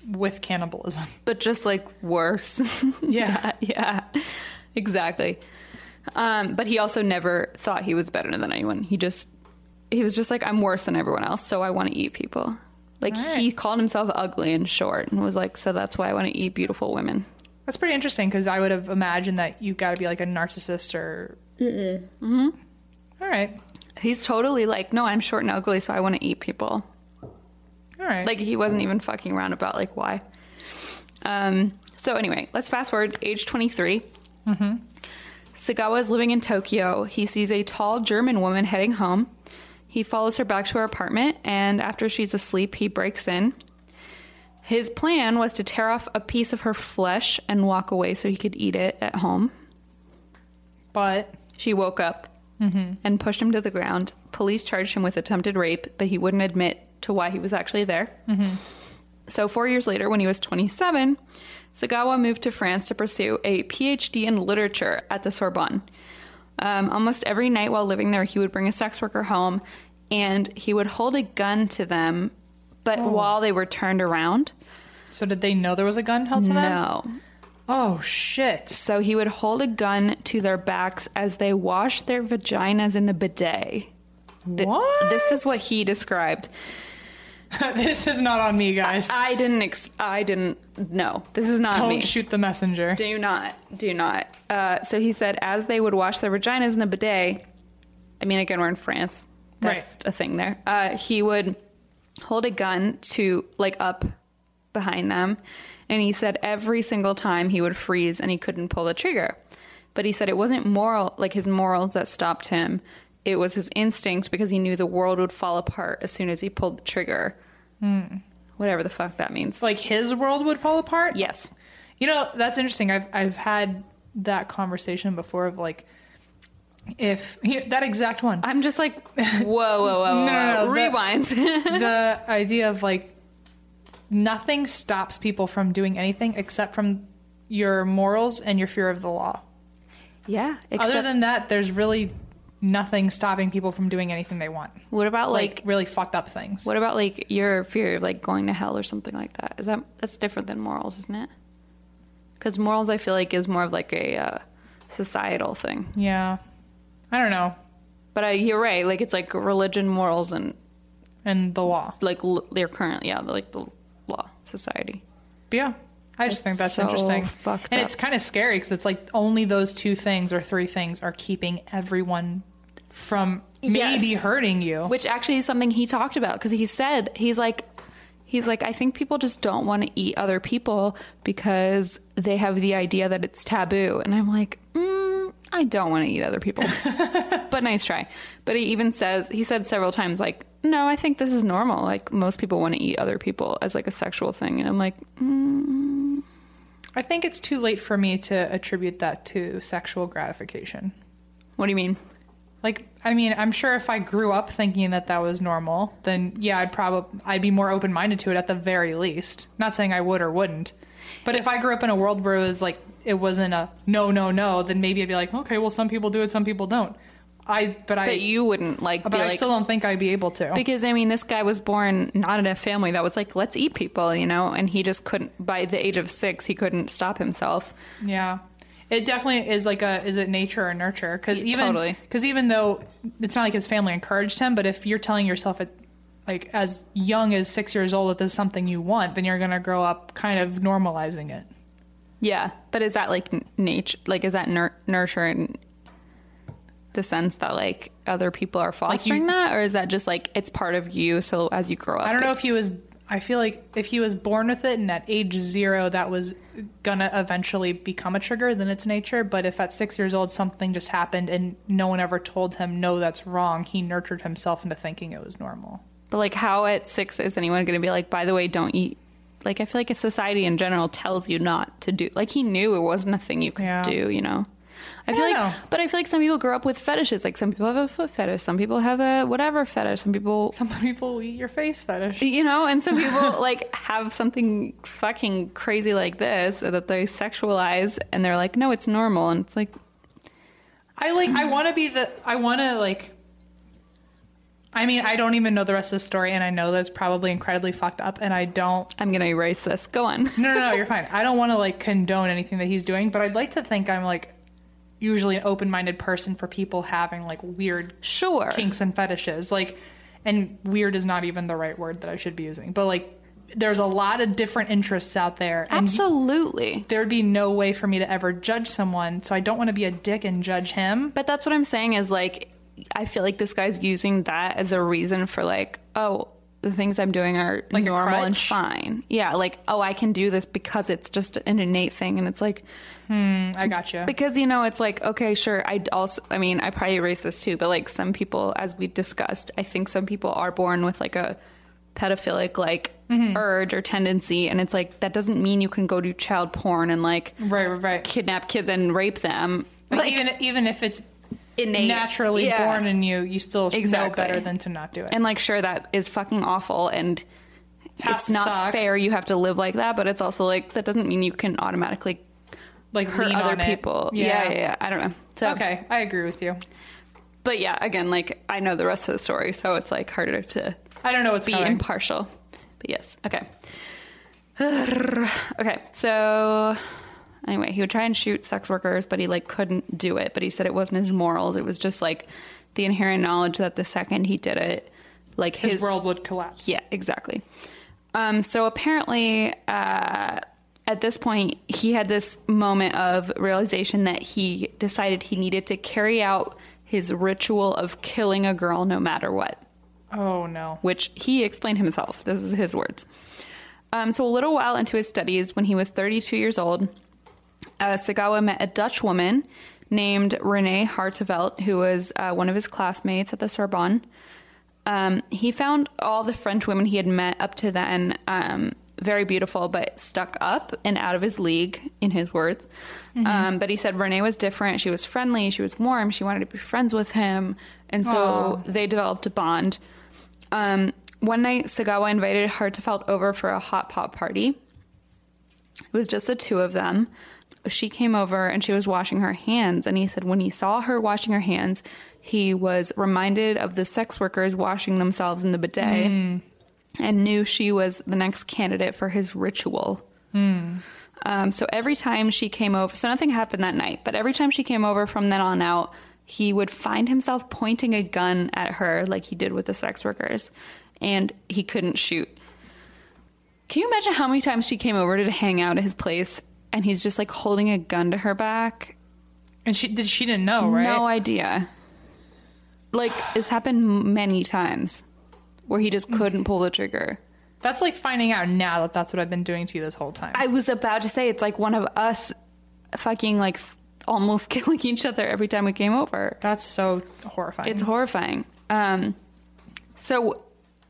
with cannibalism.
but just like worse
Yeah.
yeah exactly Um, but he also never thought he was better than anyone. He just he was just like, I'm worse than everyone else, so I want to eat people. Like
Right.
he called himself ugly and short and was like, so that's why I want to eat beautiful women.
That's pretty interesting because I would have imagined that you got to be like a narcissist or. Mm-hmm. All right.
He's totally like, no, I'm short and ugly, so I want to eat people.
All right.
Like he wasn't even fucking around about like why. Um. So anyway, let's fast forward. Age twenty Sagawa is living in Tokyo. He sees a tall German woman heading home. He follows her back to her apartment, and after she's asleep, he breaks in. His plan was to tear off a piece of her flesh and walk away so he could eat it at home.
but
She woke up and pushed him to the ground. Police charged him with attempted rape, but he wouldn't admit to why he was actually there. So, four years later, when he was 27, Sagawa moved to France to pursue a PhD in literature at the Sorbonne. Um, almost every night while living there, he would bring a sex worker home and he would hold a gun to them, but while they were turned around.
so did they know there was a gun held to them?
No.
Oh shit.
So he would hold a gun to their backs as they washed their vaginas in the bidet. Th-
What?
This is what he described.
this is not on me, guys.
I didn't. Ex- I didn't. No, this is not
Don't
me.
shoot the messenger.
Do not. Do not. Uh, so he said, as they would wash their vaginas in the bidet. I mean, again, we're in France. That's
Right.
a thing there. Uh, he would hold a gun to like up behind them, and he said every single time he would freeze and he couldn't pull the trigger. But he said it wasn't moral, like his morals that stopped him. It was his instinct because he knew the world would fall apart as soon as he pulled the trigger. Whatever the fuck that means.
Hmm. Like his world would fall apart.
Yes.
You know, that's interesting. I've I've had that conversation before of like if that exact one.
I'm just like, whoa, whoa, whoa, whoa,
No, no,
whoa.
no,
rewind.
the idea of like nothing stops people from doing anything except from your morals and your fear of the law.
yeah.
Other than that, there's really nothing stopping people from doing anything they want.
what about
Like,
like,
really fucked up things.
what about like your fear of like going to hell or something like that? Is that that's different than morals, isn't it? Because morals, I feel like, is more of like a uh, societal thing.
Yeah. I don't know.
But uh, you're right. Like it's like religion, morals, and
And the law.
like l- their current, yeah, like the law, society.
But yeah. I just think that's
so
interesting.
fucked
and
up.
it's kind of scary because it's like only those two things or three things are keeping everyone from maybe
Yes.
hurting you.
which actually is something he talked about because he said he's like he's like i think people just don't want to eat other people because they have the idea that it's taboo and i'm like mm, i don't want to eat other people but nice try but he even says he said several times like no i think this is normal like most people want to eat other people as like a sexual thing and i'm like "Mm,
I think it's too late for me to attribute that to sexual gratification.
what do you mean
Like, I mean, I'm sure if I grew up thinking that that was normal, then yeah, I'd probably I'd be more open minded to it at the very least. Not saying I would or wouldn't, but if I grew up in a world where it was like it wasn't a no, no, no, then maybe I'd be like, okay, well, some people do it, some people don't. I but, I
but you wouldn't like
but
be
I
like
still don't think I'd be able to.
Because I mean, this guy was born not in a family that was like, let's eat people, you know, and he just couldn't. By the age of six, he couldn't stop himself.
Yeah. It definitely is like a is it nature or nurture? Because
Yeah,
even
totally.
because even though it's not like his family encouraged him, but if you're telling yourself at like as young as six years old that this is something you want, then you're gonna grow up kind of normalizing it.
Yeah, but is that like nature? Like, is that nur- nurture in the sense that like other people are fostering that, or is that just like it's part of you? So as you grow up,
I don't know if
it's-
he was. I feel like if he was born with it and at age zero that was gonna eventually become a trigger, then it's nature. But if at six years old something just happened and no one ever told him no, that's wrong, he nurtured himself into thinking it was normal.
But like, how at six is anyone going to be like? By the way, don't eat. Like, I feel like a society in general tells you not to do. Like, he knew it wasn't a thing you could
Yeah.
do. You know. I feel
don't
like,
know.
but I feel like some people grow up with fetishes. Like, some people have a foot fetish. Some people have a whatever fetish. Some people,
Some people will eat your face fetish.
you know, and some people like have something fucking crazy like this that they sexualize, and they're like, no, it's normal, and it's like,
I like. I want to be the. I want to like. I mean, I don't even know the rest of the story, and I know that's probably incredibly fucked up, and I don't.
I'm gonna erase this. Go on.
No, no, no, you're fine. I don't want to like condone anything that he's doing, but I'd like to think I'm like usually an open-minded person for people having like weird
Sure.
kinks and fetishes like and weird is not even the right word that i should be using but like there's a lot of different interests out there and
Absolutely.
there'd be no way for me to ever judge someone so i don't want to be a dick and judge him
But that's what I'm saying is like, I feel like this guy's using that as a reason for like, oh, the things I'm doing are
Like a
normal and
crutch?
fine. Yeah, like, oh, I can do this because it's just an innate thing. And it's like,
Mm, i got you
because, you know, it's like, okay, sure. I also, I mean, I probably erase this too, but like some people, as we discussed, I think some people are born with like a pedophilic like
Mm-hmm.
urge or tendency. And it's like, that doesn't mean you can go do child porn and like
right right right
kidnap kids and rape them.
like, even even if it's
innate-
naturally
yeah.
born in you you still
Exactly.
know better than to not do it
And like, sure, that is fucking awful, and
Has
it's
to
not
suck.
fair. You have to live like that, but it's also like that doesn't mean you can automatically
like
hurt
lean
other
on it.
people. Yeah. yeah, yeah, I don't know. So,
okay i agree with you
but yeah, again, like I know the rest of the story, so it's like harder to
i don't know what's
be
going.
impartial. But yes, okay. okay, so anyway, he would try and shoot sex workers, but he like couldn't do it. But he said it wasn't his morals; it was just like the inherent knowledge that the second he did it, like
his, world would collapse
yeah, exactly. Um, so apparently, uh, at this point, he had this moment of realization that he decided he needed to carry out his ritual of killing a girl no matter what,
oh no
which he explained himself. This is his words. Um, so a little while into his studies, when he was 32 years old, uh, Sagawa met a Dutch woman named Renee Hartevelt, who was uh, one of his classmates at the Sorbonne. Um, he found all the French women he had met up to then um, very beautiful, but stuck up and out of his league, in his words. Um, but he said Renee was different. She was friendly. She was warm. She wanted to be friends with him. And so they developed a bond. Um, one night, Sagawa invited Hartefelt over for a hot pot party. It was just the two of them. She came over and she was washing her hands. And he said, when he saw her washing her hands, he was reminded of the sex workers washing themselves in the bidet and knew she was the next candidate for his ritual. Um, so every time she came over, so nothing happened that night, but every time she came over from then on out, he would find himself pointing a gun at her like he did with the sex workers, and he couldn't shoot. Can you imagine how many times she came over to hang out at his place and he's just like holding a gun to her back?
and she did she didn't know right
No idea. Like, it's happened many times where he just couldn't pull the trigger.
that's like finding out now that that's what i've been doing to you this whole time
I was about to say it's like one of us fucking like f- almost killing each other every time we came over.
that's so horrifying
It's horrifying. Um, so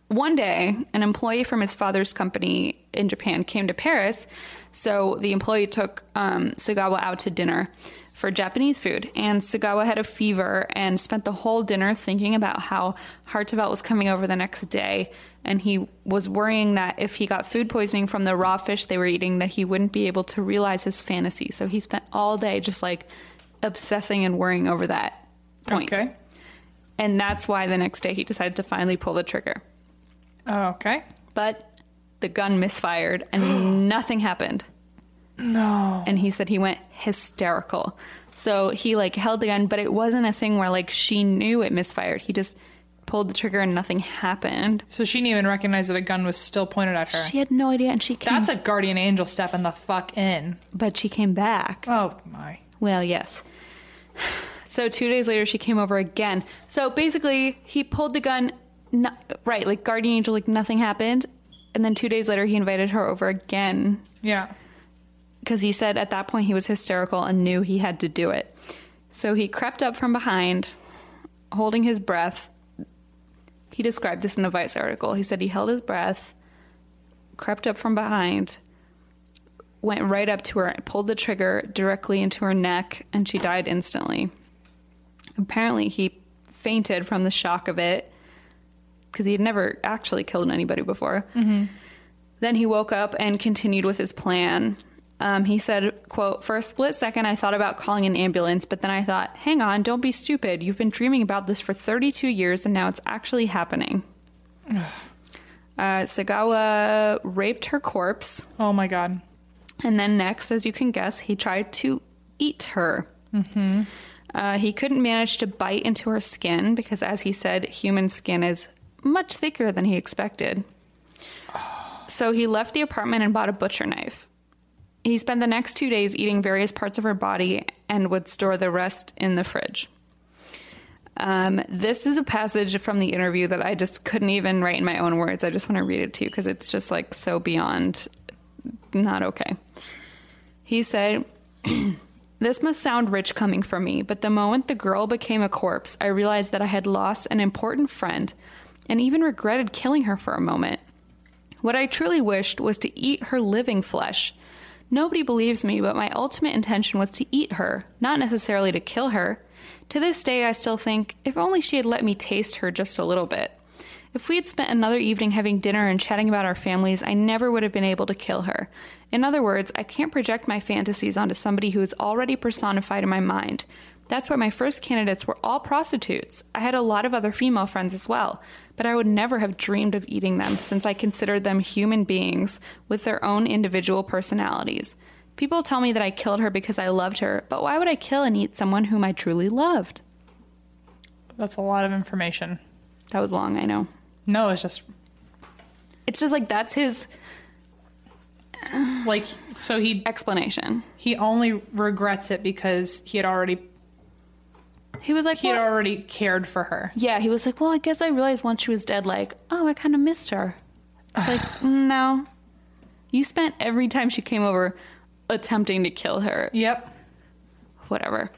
one day, an employee from his father's company in Japan came to Paris. So the employee took um, Sagawa out to dinner for Japanese food, and Sagawa had a fever and spent the whole dinner thinking about how Hartevelt was coming over the next day, and he was worrying that if he got food poisoning from the raw fish they were eating, that he wouldn't be able to realize his fantasy. So he spent all day just like obsessing and worrying over that point.
okay
And that's why the next day he decided to finally pull the trigger.
oh, okay
But the gun misfired and nothing happened.
no
And he said he went hysterical. So he like held the gun, but it wasn't a thing where like she knew it misfired. He just pulled the trigger and nothing happened.
so she didn't even recognize that a gun was still pointed at her
She had no idea and she came
that's a guardian angel stepping the fuck in
but she came back.
oh my
Well, yes. So two days later, she came over again. So basically, he pulled the gun, no, right? Like guardian angel, like nothing happened. And then two days later, he invited her over again
yeah
because he said at that point he was hysterical and knew he had to do it. So he crept up from behind, holding his breath. He described this in a Vice article. He said he held his breath, crept up from behind, went right up to her, pulled the trigger directly into her neck, and she died instantly. Apparently, he fainted from the shock of it because he had never actually killed anybody before. Then he woke up and continued with his plan. Um, he said, quote, For a split second, I thought about calling an ambulance, but then I thought, hang on, don't be stupid. You've been dreaming about this for 32 years, and now it's actually happening. uh, Sagawa raped her corpse,
oh my god
and then next, as you can guess, he tried to eat her. Uh, he couldn't manage to bite into her skin because, as he said, human skin is much thicker than he expected. So he left the apartment and bought a butcher knife. He spent the next two days eating various parts of her body and would store the rest in the fridge. Um, this is a passage from the interview that I just couldn't even write in my own words. I just want to read it to you because it's just like so beyond not okay. He said, This must sound rich coming from me, but the moment the girl became a corpse, I realized that I had lost an important friend and even regretted killing her for a moment. What I truly wished was to eat her living flesh. Nobody believes me, but my ultimate intention was to eat her, not necessarily to kill her. To this day, I still think, if only she had let me taste her just a little bit. If we had spent another evening having dinner and chatting about our families, I never would have been able to kill her. In other words, I can't project my fantasies onto somebody who is already personified in my mind. That's why my first candidates were all prostitutes. I had a lot of other female friends as well, but I would never have dreamed of eating them since I considered them human beings with their own individual personalities. People tell me that I killed her because I loved her, but why would I kill and eat someone whom I truly loved?
That's a lot of information.
That was long, I know.
No, it's just
It's just like that's his
like so he
explanation.
he only regrets it because he had already
He was like,
he had
"Well,
already cared for her.
Yeah, he was like, well, I guess I realized once she was dead, like, oh, I kind of missed her. It's like, no. You spent every time she came over attempting to kill her.
Yep.
Whatever.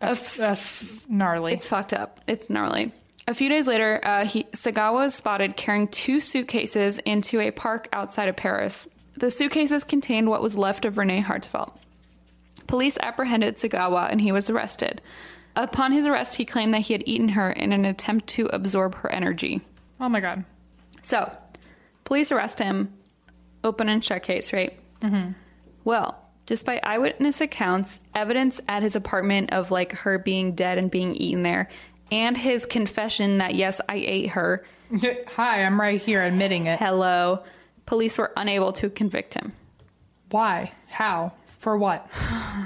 That's that's gnarly.
It's fucked up. It's gnarly. A few days later, uh, he, Sagawa was spotted carrying two suitcases into a park outside of Paris. The suitcases contained what was left of Renee Hartsfeld. Police apprehended Sagawa and he was arrested. Upon his arrest, he claimed that he had eaten her in an attempt to absorb her energy.
Oh my god.
So, police arrest him, open and shut case, right? Mm-hmm. Well, just by eyewitness accounts, evidence at his apartment of like her being dead and being eaten there, and his confession that yes, I ate her.
Hi, I'm right here admitting it.
Hello, police were unable to convict him.
Why? How? For what?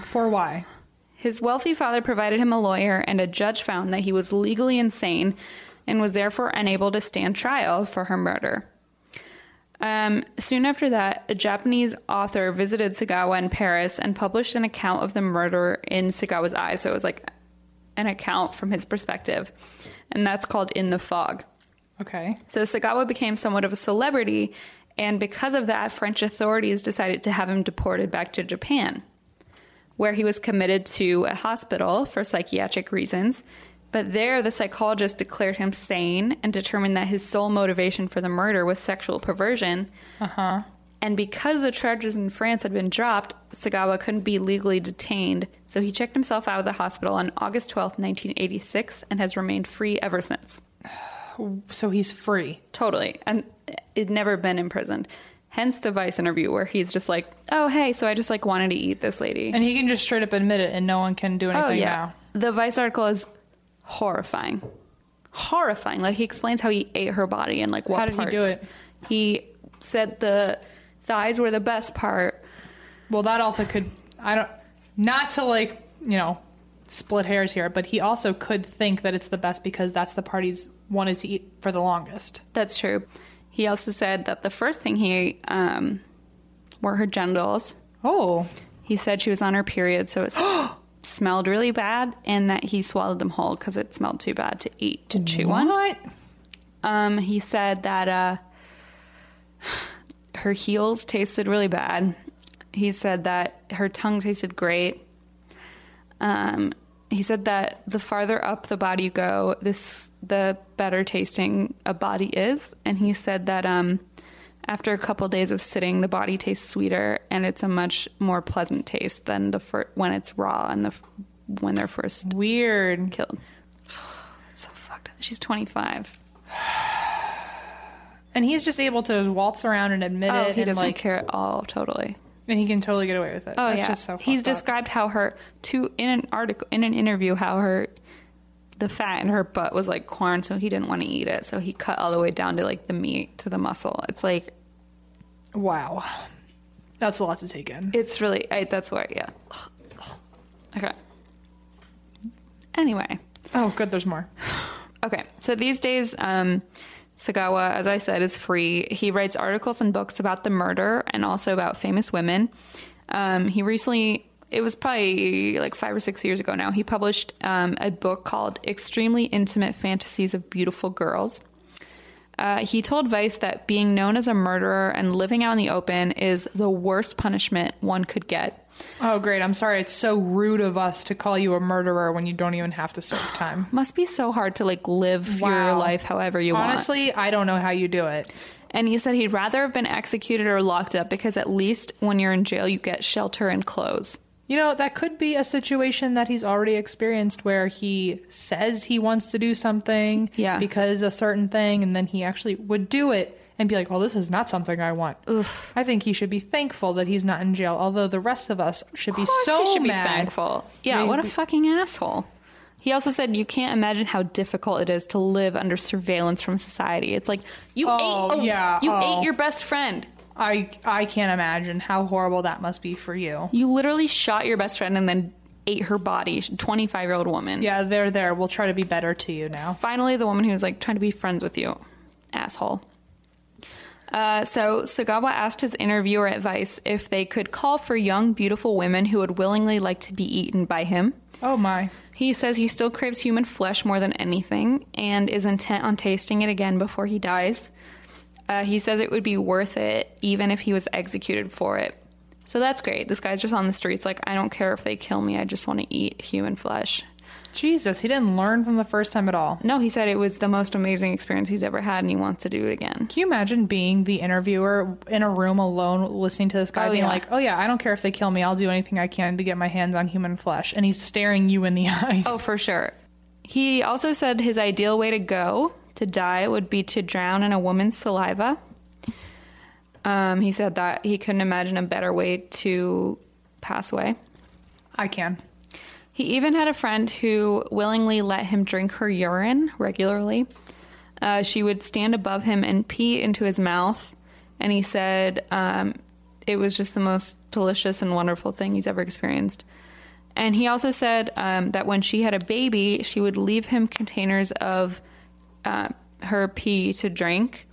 For why?
His wealthy father provided him a lawyer, and a judge found that he was legally insane and was therefore unable to stand trial for her murder. Um, soon after that, a Japanese author visited Sagawa in Paris and published an account of the murder in Sagawa's eyes. So it was like an account from his perspective, and that's called In the Fog.
Okay.
So Sagawa became somewhat of a celebrity, and because of that, French authorities decided to have him deported back to Japan, where he was committed to a hospital for psychiatric reasons. But there, the psychologist declared him sane and determined that his sole motivation for the murder was sexual perversion. Uh huh. And because the charges in France had been dropped, Sagawa couldn't be legally detained, so he checked himself out of the hospital on August twelfth, 1986, and has remained free ever since.
So he's free.
Totally. And it'd never been imprisoned. Hence the Vice interview where he's just like, oh, hey, so I just like wanted to eat this lady.
And he can just straight up admit it and no one can do anything
oh,
now.
yeah. The Vice article is horrifying. Horrifying. Like he explains how he ate her body and like what
How did he
parts.
do it?
He said the thighs were the best part.
Well, that also could I don't not to like, you know, split hairs here, but he also could think that it's the best because that's the part he's wanted to eat for the longest.
That's true. He also said that the first thing he ate um, were her genitals.
Oh.
He said she was on her period, so it s- smelled really bad, and that he swallowed them whole because it smelled too bad to eat to chew on.
What?
Um, he said that uh, her heels tasted really bad. He said that her tongue tasted great. Um, he said that the farther up the body you go, this the better tasting a body is. And he said that um, after a couple days of sitting, the body tastes sweeter, and it's a much more pleasant taste than the fir- when it's raw and the f- when they're first
Weird.
killed. So fucked. up. She's twenty five.
And he's just able to waltz around and admit
Oh,
it
he
and
doesn't
like
care at all. Totally.
and he can totally get away with it.
Oh
That's
yeah.
just so
He's
fucked up.
described how her two in an article in an interview how her the fat in her butt was like corn, so he didn't want to eat it, so he cut all the way down to like the meat to the muscle. It's like
Wow. That's a lot to take in.
it's really I, that's why yeah. Okay. Anyway,
Oh, good. There's more.
Okay, so these days, um, Sagawa, as I said, is free. He writes articles and books about the murder and also about famous women. Um, he recently, it was probably like five or six years ago now, he published um, a book called Extremely Intimate Fantasies of Beautiful Girls. Uh, he told Vice that being known as a murderer and living out in the open is the worst punishment one could get.
Oh, great. I'm sorry. It's so rude of us to call you a murderer when you don't even have to serve time.
Must be so hard to like live your
Wow.
life however you want.
Honestly, I don't know how you do it.
And he said he'd rather have been executed or locked up because at least when you're in jail, you get shelter and clothes.
You know, that could be a situation that he's already experienced where he says he wants to do something
Yeah.
because a certain thing, and then he actually would do it and be like, well, this is not something I want. I think he should be thankful that he's not in jail, although the rest of us should be
Of course
so
he should
mad.
be thankful. Yeah,
Maybe-
what a fucking asshole. He also said you can't imagine how difficult it is to live under surveillance from society. It's like you
Oh,
ate a-
yeah,
you
oh.
ate your best friend.
I, I can't imagine how horrible that must be for you.
You literally shot your best friend and then ate her body, 25-year-old woman.
Yeah, they're there. We'll try to be better to you now.
Finally, the woman who was like trying to be friends with you, asshole. Uh, so Sagawa asked his interviewer at Vice if they could call for young, beautiful women who would willingly like to be eaten by him.
Oh, my.
He says he still craves human flesh more than anything and is intent on tasting it again before he dies. Uh, he says it would be worth it even if he was executed for it. So that's great. This guy's just on the streets, like, I don't care if they kill me, I just want to eat human flesh.
Jesus, he didn't learn from the first time at all.
No, he said it was the most amazing experience he's ever had and he wants to do it again.
Can you imagine being the interviewer in a room alone listening to this guy
Oh,
being
yeah.
like, oh, yeah, I don't care if they kill me. I'll do anything I can to get my hands on human flesh. And he's staring you in the eyes.
Oh, for sure. He also said his ideal way to go to die would be to drown in a woman's saliva. Um, he said that he couldn't imagine a better way to pass away.
I can.
He even had a friend who willingly let him drink her urine regularly. Uh, she would stand above him and pee into his mouth. And he said um, it was just the most delicious and wonderful thing he's ever experienced. And he also said um, that when she had a baby, she would leave him containers of uh, her pee to drink.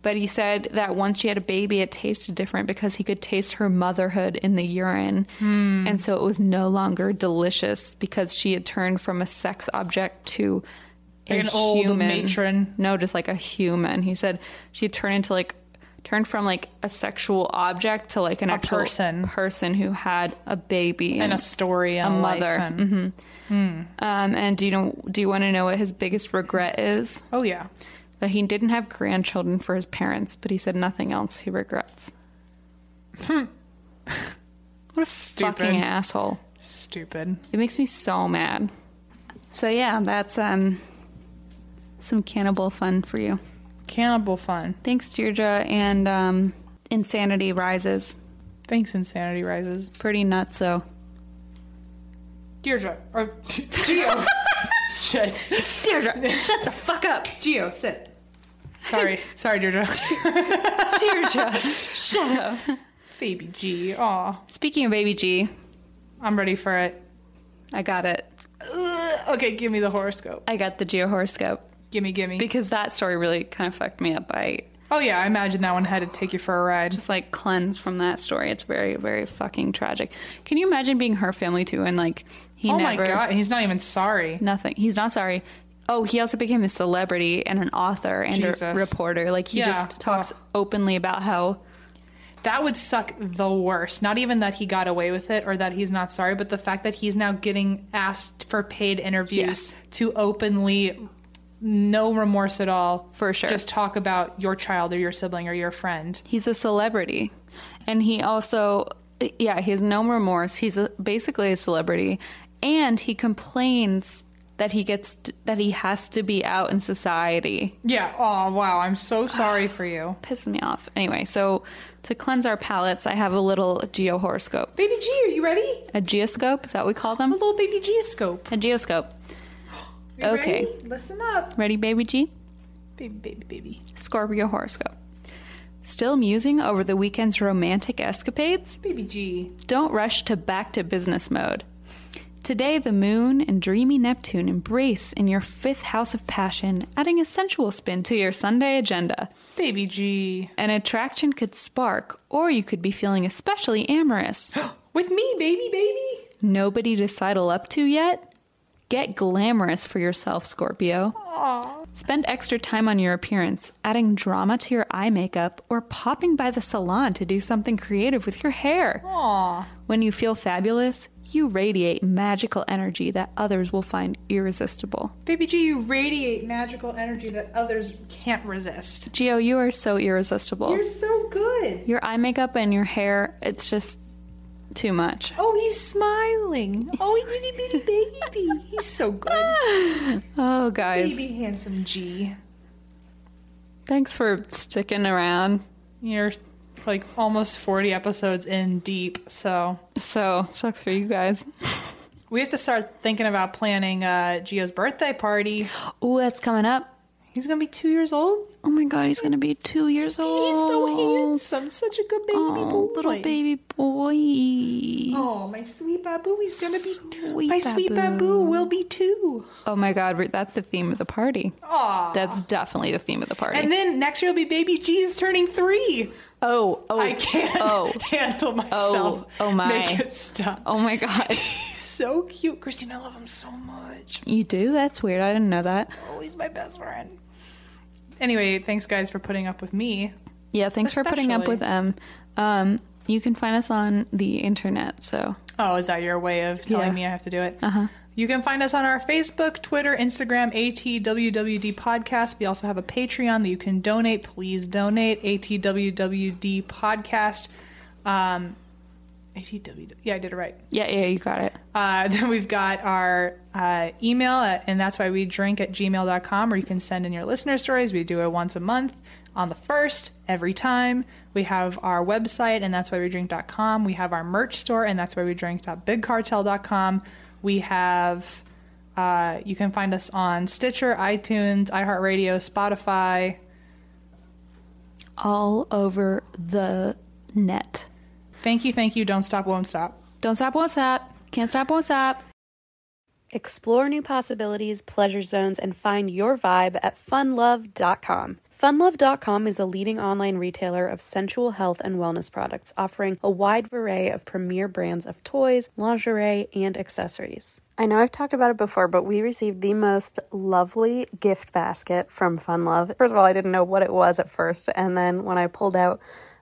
But he said that once she had a baby, it tasted different because he could taste her motherhood in the urine.
Hmm.
And so it was no longer delicious because she had turned from a sex object to a
Like an old
human.
matron.
No, just like a human. He said she had turned into like, turned from like a sexual object to like an actual
person.
person who had a baby
And a story and
a
life
mother. Mm-hmm.
and-
Um, and do you know? Do you want to know what his biggest regret is?
Oh, yeah.
That he didn't have grandchildren for his parents, but he said nothing else he regrets.
What a stupid.
Fucking asshole!
Stupid.
It makes me so mad. So yeah, that's um some cannibal fun for you.
Cannibal fun.
Thanks, Deirdre, and um, insanity rises.
Thanks, Insanity Rises.
Pretty nuts, so.
Deirdre. Or Geo. Shit.
Deirdre, shut the fuck up,
Geo, sit. Sorry. Sorry, Deirdre.
Deirdre. shut up.
Baby G. Aw.
Speaking of baby G,
I'm ready for it.
I got it.
Ugh. Okay, give me the horoscope.
I got the geo horoscope.
Gimme, gimme.
because that story really kind of fucked me up. I
Oh yeah, I imagine that one had to take you for a ride.
just like cleansed from that story. It's very, very fucking tragic. Can you imagine being her family too? And like he
oh
never,
my god, he's not even sorry.
nothing. He's not sorry. Oh, he also became a celebrity and an author and a
Jesus.
reporter. Like he
Yeah.
just talks
Ugh.
openly about how
That would suck the worst. Not even that he got away with it or that he's not sorry, but the fact that he's now getting asked for paid interviews
Yes.
to openly no remorse at all.
For sure.
Just talk about your child or your sibling or your friend.
he's a celebrity, and he also, yeah, he has no remorse. He's a, basically a celebrity, and he complains that he gets t- that he has to be out in society.
Yeah. Oh wow, I'm so sorry for you.
pissing me off. Anyway, so to cleanse our palates, I have a little geo horoscope.
Baby G, are you ready?
A geoscope, is that what we call them?
A little baby G scope.
A geoscope. Okay.
Ready? Listen up.
Ready, baby G?
Baby, baby, baby.
Scorpio horoscope. Still musing over the weekend's romantic escapades?
Baby G.
Don't rush to back to business mode. Today, the moon and dreamy Neptune embrace in your fifth house of passion, adding a sensual spin to your Sunday agenda.
Baby G.
An attraction could spark, or you could be feeling especially amorous.
With me, baby, baby.
Nobody to sidle up to yet? Get glamorous for yourself, Scorpio. Spend extra time on your appearance, adding drama to your eye makeup, or popping by the salon to do something creative with your hair. When you feel fabulous, you radiate magical energy that others will find irresistible.
Baby G, you radiate magical energy that others can't resist.
Geo, you are so irresistible.
You're so good.
Your eye makeup and your hair, it's just too much.
Oh, he's smiling. Oh, bitty bitty baby. He's so good.
Oh, guys.
Baby handsome G.
Thanks for sticking around.
You're like almost 40 episodes in deep, so
So, sucks for you guys.
we have to start thinking about planning uh Gio's birthday party.
Ooh, that's coming up.
He's gonna be two years old.
Oh my god, he's gonna be two years old.
handsome, such a good baby
Oh, little baby boy.
Oh, my sweet babu, he's gonna be
Sweet
my sweet babu will be two.
Oh my god, we're- that's the theme of the party.
Aw.
That's definitely the theme of the party.
And then next year will be baby G is turning three.
oh, oh,
I can't
Oh.
handle myself.
oh my.
Make it stop.
oh my god.
He's so cute. Christine, I love him so much.
you do? That's weird. I didn't know that.
Oh, he's my best friend. Anyway, thanks guys for putting up with me.
Yeah, thanks for putting up
Especially.
with them. Um, you can find us on the internet, so
Oh, is that your way of telling
Yeah.
me I have to do it? Uh-huh. You can find us on our Facebook, Twitter, Instagram, ATWWD Podcast. We also have a Patreon that you can donate. Please donate, ATWWD Podcast. Um, ATW, yeah, I did it right.
yeah, yeah, you got it.
Uh, then we've got our uh, email, at, and that's why we drink at gmail.com, or you can send in your listener stories. We do it once a month on the first, every time. We have our website, and that's why we drink.com. We have our merch store, and that's why we drink.bigcartel.com. We have, uh, you can find us on Stitcher, iTunes, iHeartRadio, Spotify.
All over the net.
Thank you, thank you. Don't stop, won't stop.
Don't stop, won't stop. Can't stop, won't stop.
Explore new possibilities, pleasure zones, and find your vibe at funlove.com. Funlove.com is a leading online retailer of sensual health and wellness products, offering a wide array of premier brands of toys, lingerie, and accessories. I know I've talked about it before, but we received the most lovely gift basket from Funlove. First of all, I didn't know what it was at first, and then when I pulled out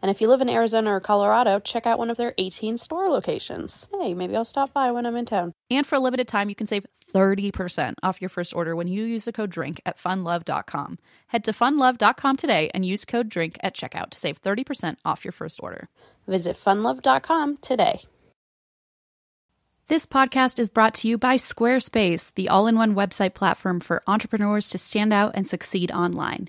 And if you live in Arizona or Colorado, check out one of their 18 store locations. Hey, maybe I'll stop by when I'm in town.
And for a limited time, you can save 30% off your first order when you use the code DRINK at funlove.com. Head to funlove.com today and use code DRINK at checkout to save 30% off your first order.
Visit funlove.com today.
This podcast is brought to you by Squarespace, the all in one website platform for entrepreneurs to stand out and succeed online.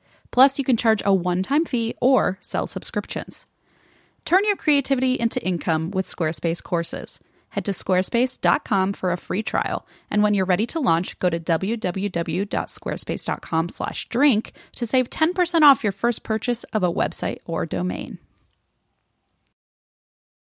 Plus, you can charge a one time fee or sell subscriptions. Turn your creativity into income with Squarespace courses. Head to squarespace.com for a free trial, and when you're ready to launch, go to www.squarespace.com/drink to save 10% off your first purchase of a website or domain.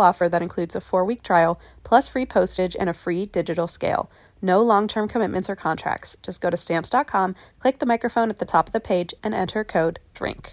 offer that includes a four week trial, plus free postage and a free digital scale. No long term commitments or contracts. Just go to stamps.com, click the microphone at the top of the page, and enter code DRINK.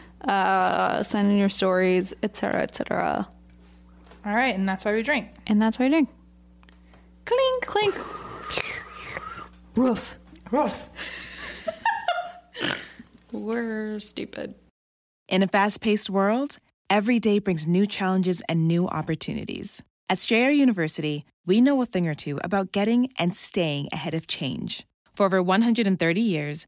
Uh, send in your stories, etc., etc.
All right, and that's why we drink.
And that's what I drink.
Clink, clink.
Roof.
Ruff.
We're stupid.
In a fast paced world, every day brings new challenges and new opportunities. At Strayer University, we know a thing or two about getting and staying ahead of change. For over 130 years,